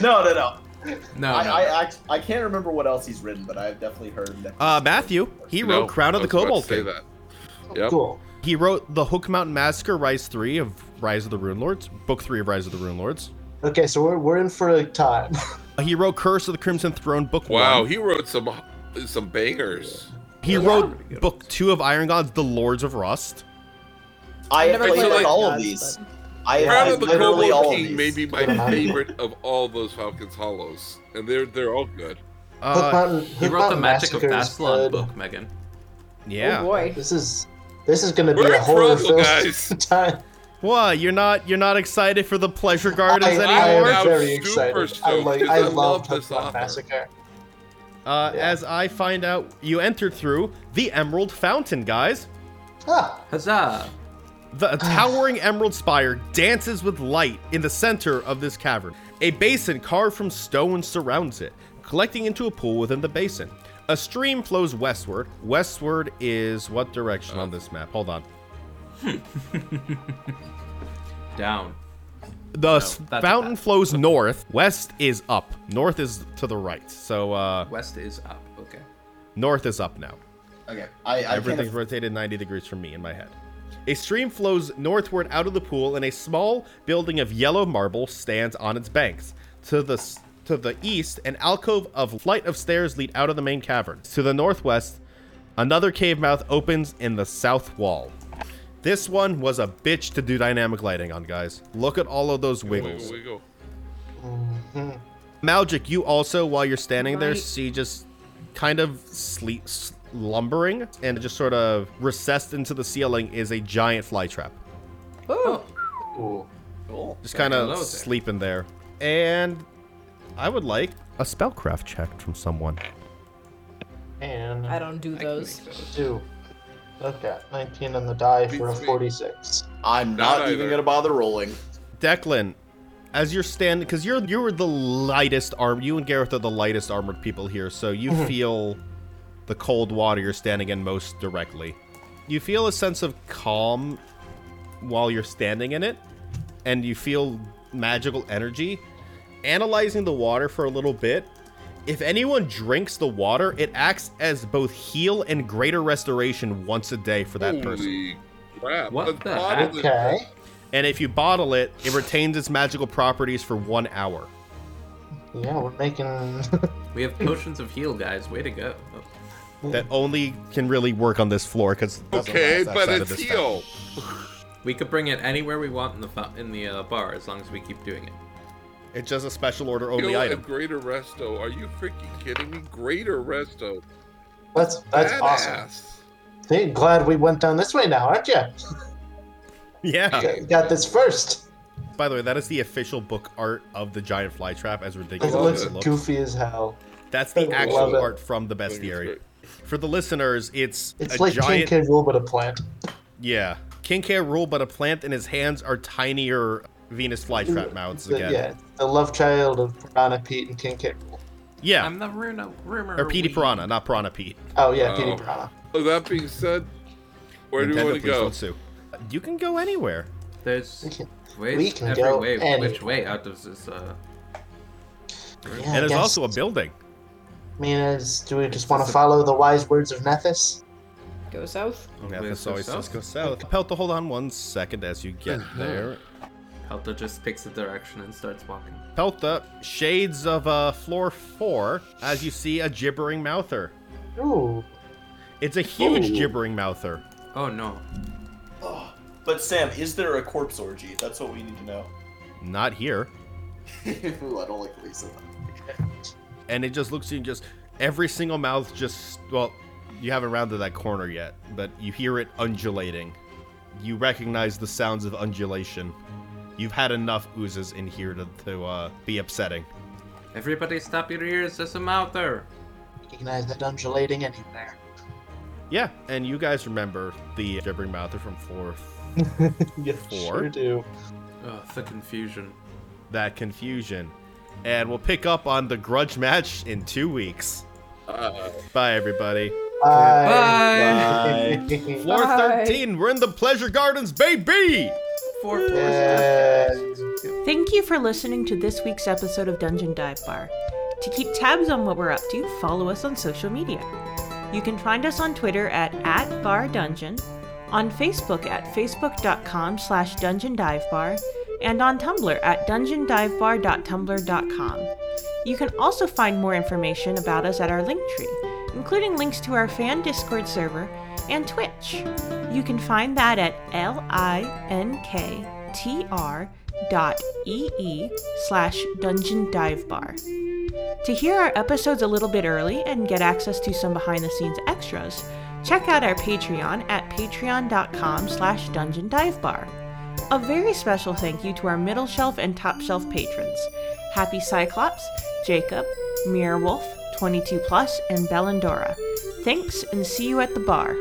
No, no, no. No, I, Oh, no. I, I, I can't remember what else he's written, but I've definitely heard him. Uh, Matthew, he say. wrote No, Crown of I the was about to Cobalt say King. that. Yep. Cool. He wrote The Hook Mountain Massacre, Rise 3 of Rise of the Rune Lords, Book 3 of Rise of the Rune Lords. Uh, Okay, so we're, we're in for a time. He wrote Curse of the Crimson Throne, Book Wow, 1. he wrote some some bangers. He wrote Book 2 of Iron Gods, The Lords of Rust. I I've have never played played like Iron all of Gods, these. but- I Crown have of the literally all Cobalt of these. King may be my Good on you. favorite of all those Falcons Hollows, and they're they're all good. Hook Uh, Mountain, He Hook wrote the Mountain Magic of Massacre is Bastalon good. book, Megan. yeah. Oh boy. This is this is gonna be We're a in horror film trouble, guys. time. What? You're not you're not excited for the pleasure gardens I, I anymore? am I'm very excited. super I stoked like because I I love love Hook this Mountain author. Massacre. uh, yeah. As I find out, you enter through the Emerald Fountain, guys. Ah, Huzzah! The towering emerald spire dances with light in the center of this cavern. A basin carved from stone surrounds it, collecting into a pool within the basin. A stream flows westward. Westward is what direction on this map? Hold on. Down. The s- that's fountain bad. flows north. West is up. North is to the right. So uh, West is up. Okay. north is up now. Okay, I, I can't. Everything's rotated 90 degrees from me in my head. A stream flows northward out of the pool, and a small building of yellow marble stands on its banks. To the s- to the east, an alcove of flight of stairs lead out of the main cavern. To the northwest, another cave mouth opens in the south wall. This one was a bitch to do dynamic lighting on, guys. Look at all of those Wiggle, wiggles. wiggle. Magic, you also, while you're standing there, Right. see just kind of sleep slumbering and just sort of recessed into the ceiling is a giant flytrap. Oh. Ooh. ooh. Cool. Just Okay, kind hello of there. sleeping there. And I would like a spellcraft check from someone. And I don't do I can make those. those. two. Okay, 19 on the die for a Beats me. 46. I'm Not not, even either. gonna bother rolling. Declan, as you're standing, because you're you were the lightest arm, you and Gareth are the lightest armored people here, so you feel the cold water you're standing in most directly. You feel a sense of calm while you're standing in it, and you feel magical energy. Analyzing the water for a little bit, if anyone drinks the water, it acts as both heal and greater restoration once a day for that person. Holy crap! What let's the bottle heck? this Okay. And if you bottle it, it retains its magical properties for one hour. Yeah, we're making. We have potions of heal, guys. Way to go. that only can really work on this floor because Okay, but it's heal. We could bring it anywhere we want in the fo- in the uh, bar as long as we keep doing it. It's just a special order You only know, a item. greater resto. Are you freaking kidding me? Greater resto. That's that's awesome. Badass. Hey, glad we went down this way now, aren't you? Yeah. Got this first. By the way, that is the official book art of the giant flytrap, as It ridiculous love looks as it looks. goofy as hell. That's I the love actual it. art from the bestiary. For the listeners, it's, It's a like giant. King K. Rule, but a plant. Yeah. King K. Rule, but a plant, and his hands are tinier Venus flytrap mouths The- again. yeah, the love child of Piranha Pete and King K. Rule. Yeah. I'm the runa- rumor. Or Petey weed. Piranha, not Piranha Pete. Oh yeah, Oh. Petey Piranha. So that being said, where do Nintendo, we want to please go? don't sue. You can go anywhere. There's can- ways we can every go way any- which way out of this uh Yeah, I and there's guess- also a building. I mean, is, do we just want to follow the wise words of Nethys? Go south. Yeah, Wait, this go always says south? go south. Pelta, hold on one second as you get there. Pelta just picks a direction and starts walking. Pelta, shades of uh, floor four, as you see a gibbering mouther. Ooh. It's a huge gibbering mouther. Oh no. But Sam, is there a corpse orgy? That's what we need to know. Not here. Ooh, I don't like Lisa. And it just looks at you and just every single mouth just well, you haven't rounded that corner yet, but you hear it undulating. You recognize the sounds of undulation. You've had enough oozes in here to, to uh, be upsetting. Everybody stop your ears, there's a mouther. Recognize that undulating anywhere. Yeah, and you guys remember the gibbering mouther from floor You Four. do. Oh, the confusion. that confusion. And we'll pick up on the grudge match in two weeks. Uh, Bye, everybody. Bye. Bye. Floor Bye. 13, we're in the Pleasure Gardens, baby! Four, four. Yes. Thank you for listening to this week's episode of Dungeon Dive Bar. To keep tabs on what we're up to, follow us on social media. You can find us on Twitter at, at @bardungeon, on Facebook at facebook.com slash dungeon dive bar, and on Tumblr at dungeondivebar.tumblr.com. You can also find more information about us at our Linktree, including links to our fan Discord server and Twitch. You can find that at linktr dot ee slash dungeon dive bar. To hear our episodes a little bit early and get access to some behind the scenes extras, check out our Patreon at patreon.com slash dungeon dive bar. A very special thank you to our middle shelf and top shelf patrons Happy Cyclops, Jacob, Mirror Wolf, 22 Plus, and Bellandora. Thanks and see you at the bar.